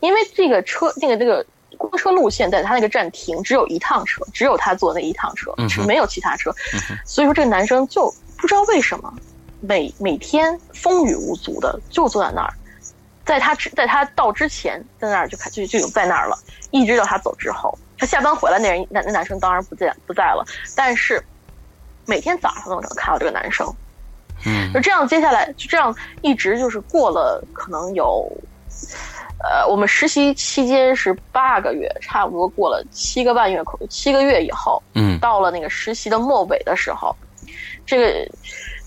[SPEAKER 4] 因为这个车那个那个公车路线在他那个站停，只有一趟车，只有他坐那一趟车
[SPEAKER 3] 嗯，
[SPEAKER 4] 是
[SPEAKER 3] 哼嗯
[SPEAKER 4] 没有其他车，所以说这个男生就不知道为什么每每天风雨无阻的就坐在那儿。在他之在他到之前，在那儿就开就就已经在那儿了，一直到他走之后，他下班回来那人那那男生当然不在不在了，但是每天早上都能看到这个男生，
[SPEAKER 3] 嗯
[SPEAKER 4] 就这样，接下来就这样一直就是过了，可能有，呃，我们实习期间是八个月，差不多过了七个半月，七个月以后，
[SPEAKER 3] 嗯
[SPEAKER 4] 到了那个实习的末尾的时候，这个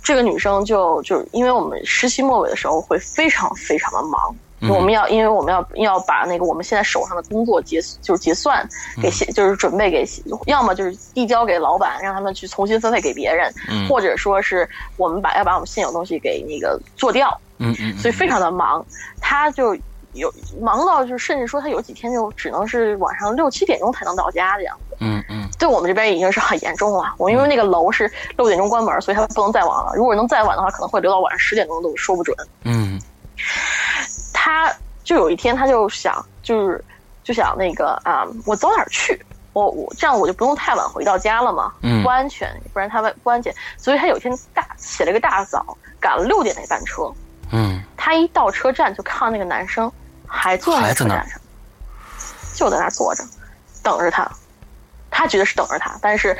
[SPEAKER 4] 这个女生就就因为我们实习末尾的时候会非常非常的忙，
[SPEAKER 3] 嗯
[SPEAKER 4] 我们要因为我们要要把那个我们现在手上的工作结就是结算给写，就是准备给写，要么就是递交给老板，让他们去重新分配给别人，
[SPEAKER 3] 嗯
[SPEAKER 4] 或者说是我们把要把我们现有东西给那个做掉，
[SPEAKER 3] 嗯嗯，
[SPEAKER 4] 所以非常的忙，他就有忙到就是甚至说他有几天就只能是晚上六七点钟才能到家的样子。
[SPEAKER 3] 嗯嗯
[SPEAKER 4] 对我们这边已经是很严重了。我因为那个楼是六点钟关门，所以它不能再晚了。如果能再晚的话，可能会留到晚上十点钟都说不准。
[SPEAKER 3] 嗯
[SPEAKER 4] 他就有一天，他就想，就是就想那个啊、我早点去，我我这样我就不用太晚回到家了嘛，
[SPEAKER 3] 嗯
[SPEAKER 4] 不安全，不然他们不安全。所以他有一天大起了个大早，赶了六点那班车。
[SPEAKER 3] 嗯
[SPEAKER 4] 他一到车站就看到那个男生还坐在那
[SPEAKER 3] 还
[SPEAKER 4] 个
[SPEAKER 3] 在
[SPEAKER 4] 车
[SPEAKER 3] 那儿
[SPEAKER 4] 站上，就在那儿坐着，等着他。他觉得是等着他，但是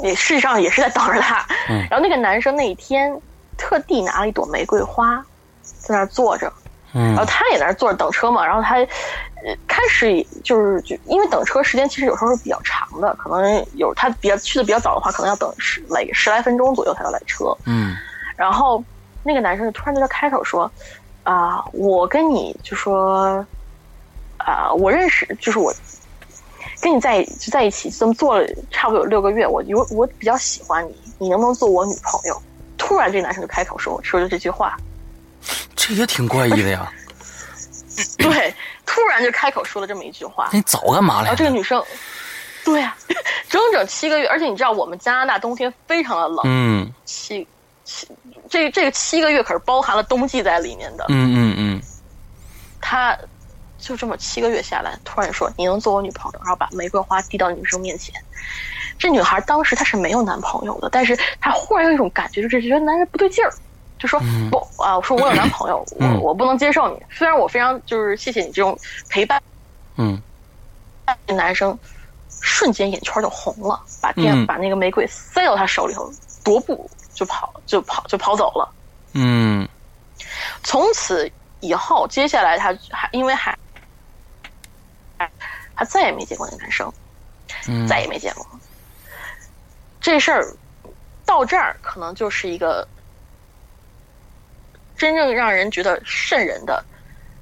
[SPEAKER 4] 也事实上也是在等着他。
[SPEAKER 3] 嗯
[SPEAKER 4] 然后那个男生那一天特地拿了一朵玫瑰花，在那儿坐着，然后
[SPEAKER 3] 嗯
[SPEAKER 4] 他也在那儿坐着等车嘛，然后他。呃开始也就是就因为等车时间其实有时候是比较长的，可能有他比较去的比较早的话，可能要等十来十来分钟左右才能来车。
[SPEAKER 3] 嗯
[SPEAKER 4] 然后那个男生就突然对他开口说：“啊、我跟你就说，啊、 <laughs> 我认识，就是我跟你在就在一起，就这么做了差不多有六个月，我有我比较喜欢你，你能不能做我女朋友？”突然，这个男生就开口说说了这句话，
[SPEAKER 3] 这也挺怪异的呀，
[SPEAKER 4] 对，突然就开口说了这么一句话，
[SPEAKER 3] <laughs> 那你早干嘛
[SPEAKER 4] 然
[SPEAKER 3] 来
[SPEAKER 4] 后这个
[SPEAKER 3] 着？
[SPEAKER 4] 女生，对
[SPEAKER 3] 啊 <laughs>
[SPEAKER 4] 呀、整整七个月，而且你知道我们加拿大冬天非常的冷，
[SPEAKER 3] 嗯
[SPEAKER 4] 七七这这个七个月可是包含了冬季在里面的，
[SPEAKER 3] 嗯嗯嗯
[SPEAKER 4] 他就这么七个月下来，突然说你能做我女朋友，然后把玫瑰花递到女生面前。这女孩当时她是没有男朋友的，但是她忽然有一种感觉，就是觉得男人不对劲儿，就说
[SPEAKER 3] 嗯
[SPEAKER 4] 我啊，我说我有男朋友，我我不能接受你。虽然我非常就是谢谢你这种陪伴，
[SPEAKER 3] 嗯，
[SPEAKER 4] 男生瞬间眼圈就红了，把电、
[SPEAKER 3] 嗯
[SPEAKER 4] 把那个玫瑰塞到他手里头，踱步就跑就跑就跑走了。
[SPEAKER 3] 嗯
[SPEAKER 4] 从此以后，接下来他还因为还还他再也没见过那男生，
[SPEAKER 3] 嗯，
[SPEAKER 4] 再也没见过。这事儿到这儿，可能就是一个真正让人觉得瘆人的，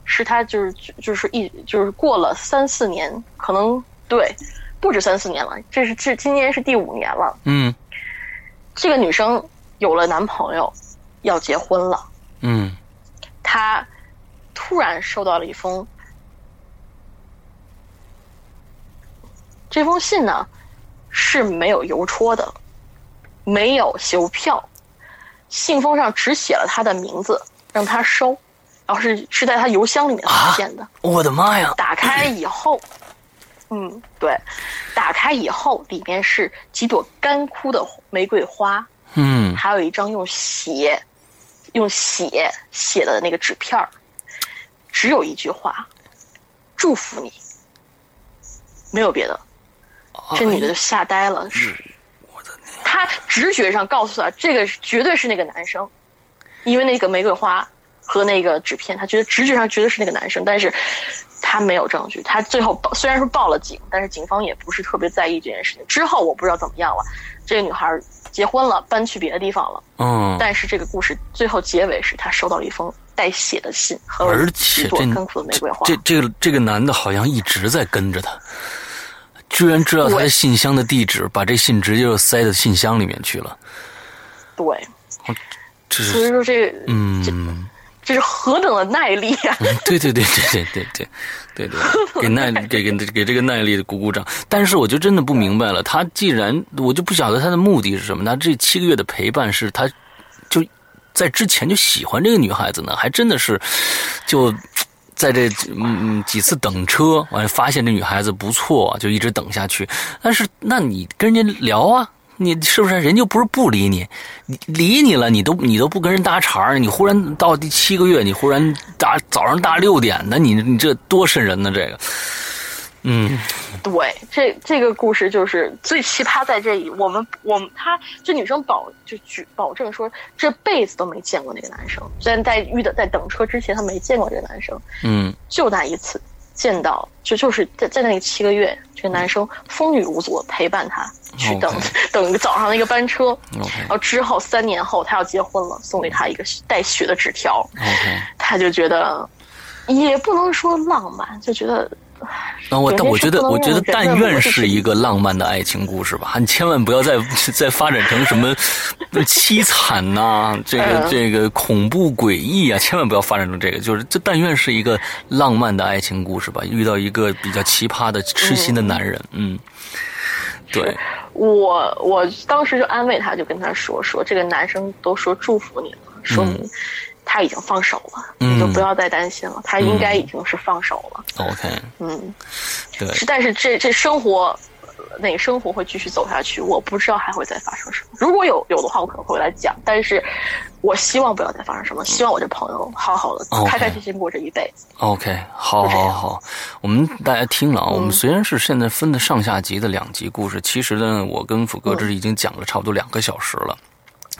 [SPEAKER 4] 是他就是就是一就是过了三四年，可能对不止三四年了，这是这今年是第五年了。
[SPEAKER 3] 嗯
[SPEAKER 4] 这个女生有了男朋友，要结婚了。
[SPEAKER 3] 嗯
[SPEAKER 4] 她突然收到了一封，这封信呢是没有邮戳的，没有邮票，信封上只写了她的名字，让她收，然后是是在她邮箱里面发现的。
[SPEAKER 3] 我的妈呀！
[SPEAKER 4] 打开以后，嗯，对，打开以后里面是几朵干枯的玫瑰花，
[SPEAKER 3] 嗯
[SPEAKER 4] 还有一张用血、用血写的那个纸片儿，只有一句话：“祝福你。”没有别的。
[SPEAKER 3] 哦
[SPEAKER 4] 这
[SPEAKER 3] 哎
[SPEAKER 4] 女的就吓呆了，
[SPEAKER 3] 嗯
[SPEAKER 4] 是她直觉上告诉她，这个绝对是那个男生，因为那个玫瑰花和那个纸片，她觉得直觉上觉得是那个男生，但是她没有证据。她最后报虽然说报了警，但是警方也不是特别在意这件事情。之后我不知道怎么样了，这个女孩儿结婚了，搬去别的地方了。
[SPEAKER 3] 嗯，
[SPEAKER 4] 但是这个故事最后结尾是她收到了一封带血的信和
[SPEAKER 3] 而
[SPEAKER 4] 一
[SPEAKER 3] 且
[SPEAKER 4] 朵
[SPEAKER 3] 这
[SPEAKER 4] 干枯的玫瑰花。
[SPEAKER 3] 这这个这个男的好像一直在跟着他，居然知道他的
[SPEAKER 4] 对
[SPEAKER 3] 信箱的地址，把这信直接就塞到信箱里面去了。
[SPEAKER 4] 对，
[SPEAKER 3] 这
[SPEAKER 4] 所以
[SPEAKER 3] 是
[SPEAKER 4] 说这
[SPEAKER 3] 嗯，
[SPEAKER 4] 这是何等的耐力啊！
[SPEAKER 3] <laughs> 对对对对对对对对对，给耐给给给这个耐力鼓鼓掌。但是我就真的不明白了，他既然我就不晓得他的目的是什么，他这七个月的陪伴是他就在之前就喜欢这个女孩子呢，还真的是就。在这嗯嗯几次等车，完了发现这女孩子不错，就一直等下去。但是，那你跟人家聊啊，你是不是人家不是不理你，你理你了，你都你都不跟人搭茬儿你忽然到第七个月，你忽然大早上大六点的，你你这多瘆人呢！这个，嗯
[SPEAKER 4] <laughs> 对，这这个故事就是最奇葩在这里。我们我们她这女生保就举保证说这辈子都没见过那个男生，虽然在遇到在等车之前她没见过这个男生，
[SPEAKER 3] 嗯
[SPEAKER 4] 就那一次见到，就就是在在那七个月，这个男生风雨无阻陪伴她去等
[SPEAKER 3] OK
[SPEAKER 4] 等早上那个班车，
[SPEAKER 3] ，OK
[SPEAKER 4] 然后之后三年后他要结婚了，送给她一个带血的纸条，
[SPEAKER 3] OK，
[SPEAKER 4] 他就觉得也不能说浪漫，就觉得
[SPEAKER 3] 那我
[SPEAKER 4] 有些
[SPEAKER 3] 但我觉得我觉
[SPEAKER 4] 事不能
[SPEAKER 3] 得
[SPEAKER 4] 让人
[SPEAKER 3] 但
[SPEAKER 4] 认为
[SPEAKER 3] 愿
[SPEAKER 4] 是
[SPEAKER 3] 是一个浪漫的爱情故事吧，你千万不要再 <laughs> 再发展成什么 <laughs> 凄惨呐、这个
[SPEAKER 4] 嗯
[SPEAKER 3] 这个恐怖诡异啊，千万不要发展成这个，就是这但愿是一个浪漫的爱情故事吧，遇到一个比较奇葩的痴心的男人，嗯，对。
[SPEAKER 4] 我我当时就安慰他，就跟他说说这个男生都说祝福你了，说明他已经放手了，
[SPEAKER 3] 嗯
[SPEAKER 4] 你就不要再担心了，他应该已经是放手了。
[SPEAKER 3] OK，
[SPEAKER 4] 嗯，
[SPEAKER 3] 对，
[SPEAKER 4] 是但是这这生活，呃那个生活会继续走下去，我不知道还会再发生什么。如果有有的话，我可能会来讲，但是我希望不要再发生什么，希望我这朋友好好的
[SPEAKER 3] 哦 OK
[SPEAKER 4] 开开心心过这一辈子。
[SPEAKER 3] OK，好
[SPEAKER 4] 就这
[SPEAKER 3] 好
[SPEAKER 4] 样
[SPEAKER 3] 好，我们大家听了啊，我
[SPEAKER 4] 嗯
[SPEAKER 3] 们虽然是现在分的上下集的两集故事，其实呢，我跟斧哥这
[SPEAKER 4] 嗯
[SPEAKER 3] 已经讲了差不多两个小时了。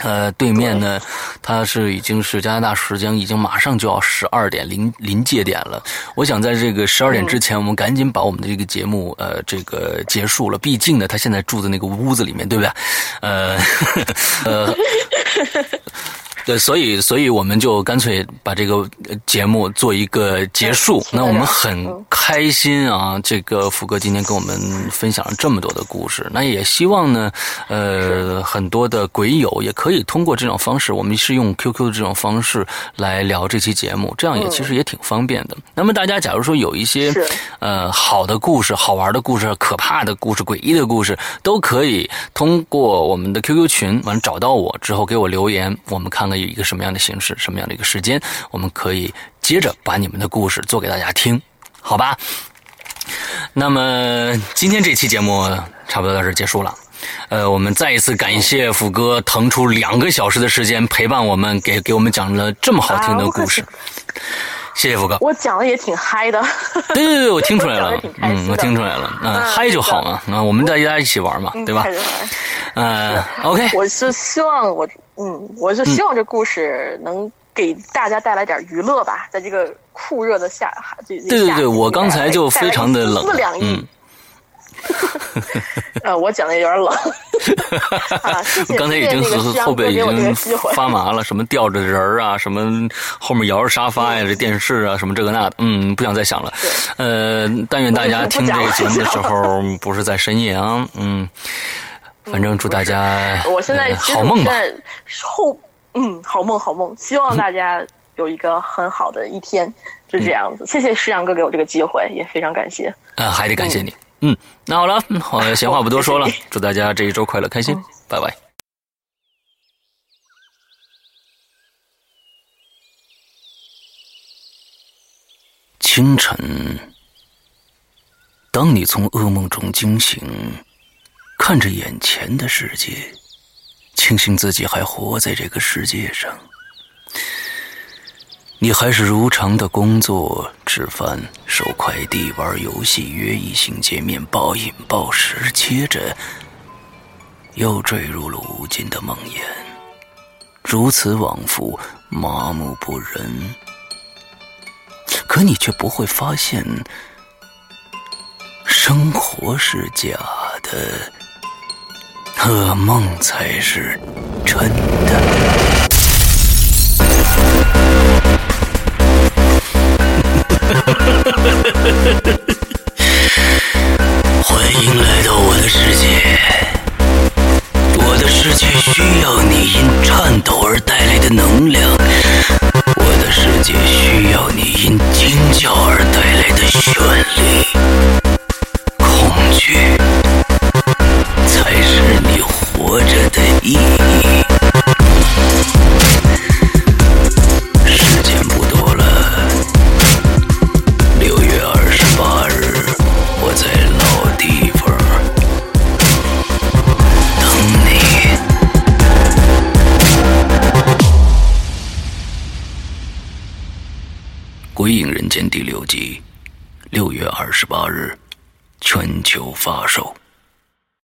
[SPEAKER 3] 呃，对面呢，他是已经是加拿大时间，已经马上就要十二点临临界点了。我想在这个十二点之前，我们赶紧把我们的这个节目呃这个结束了。毕竟呢，他现在住在那个屋子里面，对不对？呃 <laughs> 呃，对，所以，所以我们就干脆把这个呃节目做一个结束。
[SPEAKER 4] 期
[SPEAKER 3] 那
[SPEAKER 4] 待着
[SPEAKER 3] 我们很开心啊，这个福哥今天跟我们分享了这么多的故事。那也希望呢，呃，很多的鬼友也可以通过这种方式，我们是用 QQ 的这种方式来聊这期节目，这样也其实也挺方便的。那么大家假如说有一些
[SPEAKER 4] 是
[SPEAKER 3] 呃好的故事、好玩的故事、可怕的故事、诡异的故事，都可以通过我们的 QQ 群完了找到我之后给我留言，我们看看有一个什么样的形式、什么样的一个时间，我们可以接着把你们的故事做给大家听，好吧？那么今天这期节目差不多到这儿结束了。呃，我们再一次感谢福哥腾出两个小时的时间陪伴我们，给给我们讲了这么好听的故事。
[SPEAKER 4] 啊
[SPEAKER 3] 谢谢福哥。
[SPEAKER 4] 我讲的也挺嗨的，
[SPEAKER 3] 对
[SPEAKER 4] <laughs>
[SPEAKER 3] 对对，我听出来
[SPEAKER 4] 我
[SPEAKER 3] 了
[SPEAKER 4] 讲得挺，开心的
[SPEAKER 3] 嗯，我听出来了，嗯，
[SPEAKER 4] 嗯
[SPEAKER 3] 嗨就好嘛，啊，我们大家一起玩嘛，对吧
[SPEAKER 4] 太？热了
[SPEAKER 3] 嗯，OK，
[SPEAKER 4] 我是希望我，嗯，我是希望这故事能给大家带来点娱乐吧，在这个酷热的夏，这这
[SPEAKER 3] 对对
[SPEAKER 4] 夏季
[SPEAKER 3] 对，我刚才就非常的
[SPEAKER 4] 带来一丝
[SPEAKER 3] 冷
[SPEAKER 4] 丝凉，意。
[SPEAKER 3] 嗯，
[SPEAKER 4] 呃，我讲的有点
[SPEAKER 3] <laughs>
[SPEAKER 4] 冷，啊，谢谢
[SPEAKER 3] 刚才已经
[SPEAKER 4] 谢谢那个
[SPEAKER 3] 和
[SPEAKER 4] 西洋
[SPEAKER 3] 后背已
[SPEAKER 4] 哥给我这
[SPEAKER 3] 经
[SPEAKER 4] 个机会
[SPEAKER 3] 发麻了，什么吊着人儿啊，什么后面摇着沙发
[SPEAKER 4] 嗯
[SPEAKER 3] 呀，这电视啊，什么这个那的，嗯，不想再想了。呃，但愿大家听这个节目的时
[SPEAKER 4] <laughs>
[SPEAKER 3] 候不是在深夜啊，嗯，反正祝大家
[SPEAKER 4] 我现在
[SPEAKER 3] 呃
[SPEAKER 4] 其实
[SPEAKER 3] 好梦吧
[SPEAKER 4] 我，现在后嗯，好梦好梦，希望大家有一个很好的一天，就这样子。谢谢石阳哥给我这个机会，也非常感谢。
[SPEAKER 3] 呃，还得感谢你，嗯，那好了，嗯 <laughs> 好，闲话不多说了，祝大家这一周快乐开心，拜拜。清晨，当你从噩梦中惊醒，看着眼前的世界，庆幸自己还活在这个世界上，你还是如常的工作、吃饭、收快递、玩游戏、约异性见面、暴饮暴食，接着又坠入了无尽的梦魇，如此往复，麻木不仁。可你却不会发现，生活是假的，噩梦才是真的。欢迎来到我的世界，我的世界需要你因颤抖而带来的能量。我的世界需要你因惊叫而带来的绚丽，恐惧才是你活着的意义。时间不多了，六月二十八日，我在老地方等你。《鬼影人间》第六集，六月二十八日全球发售。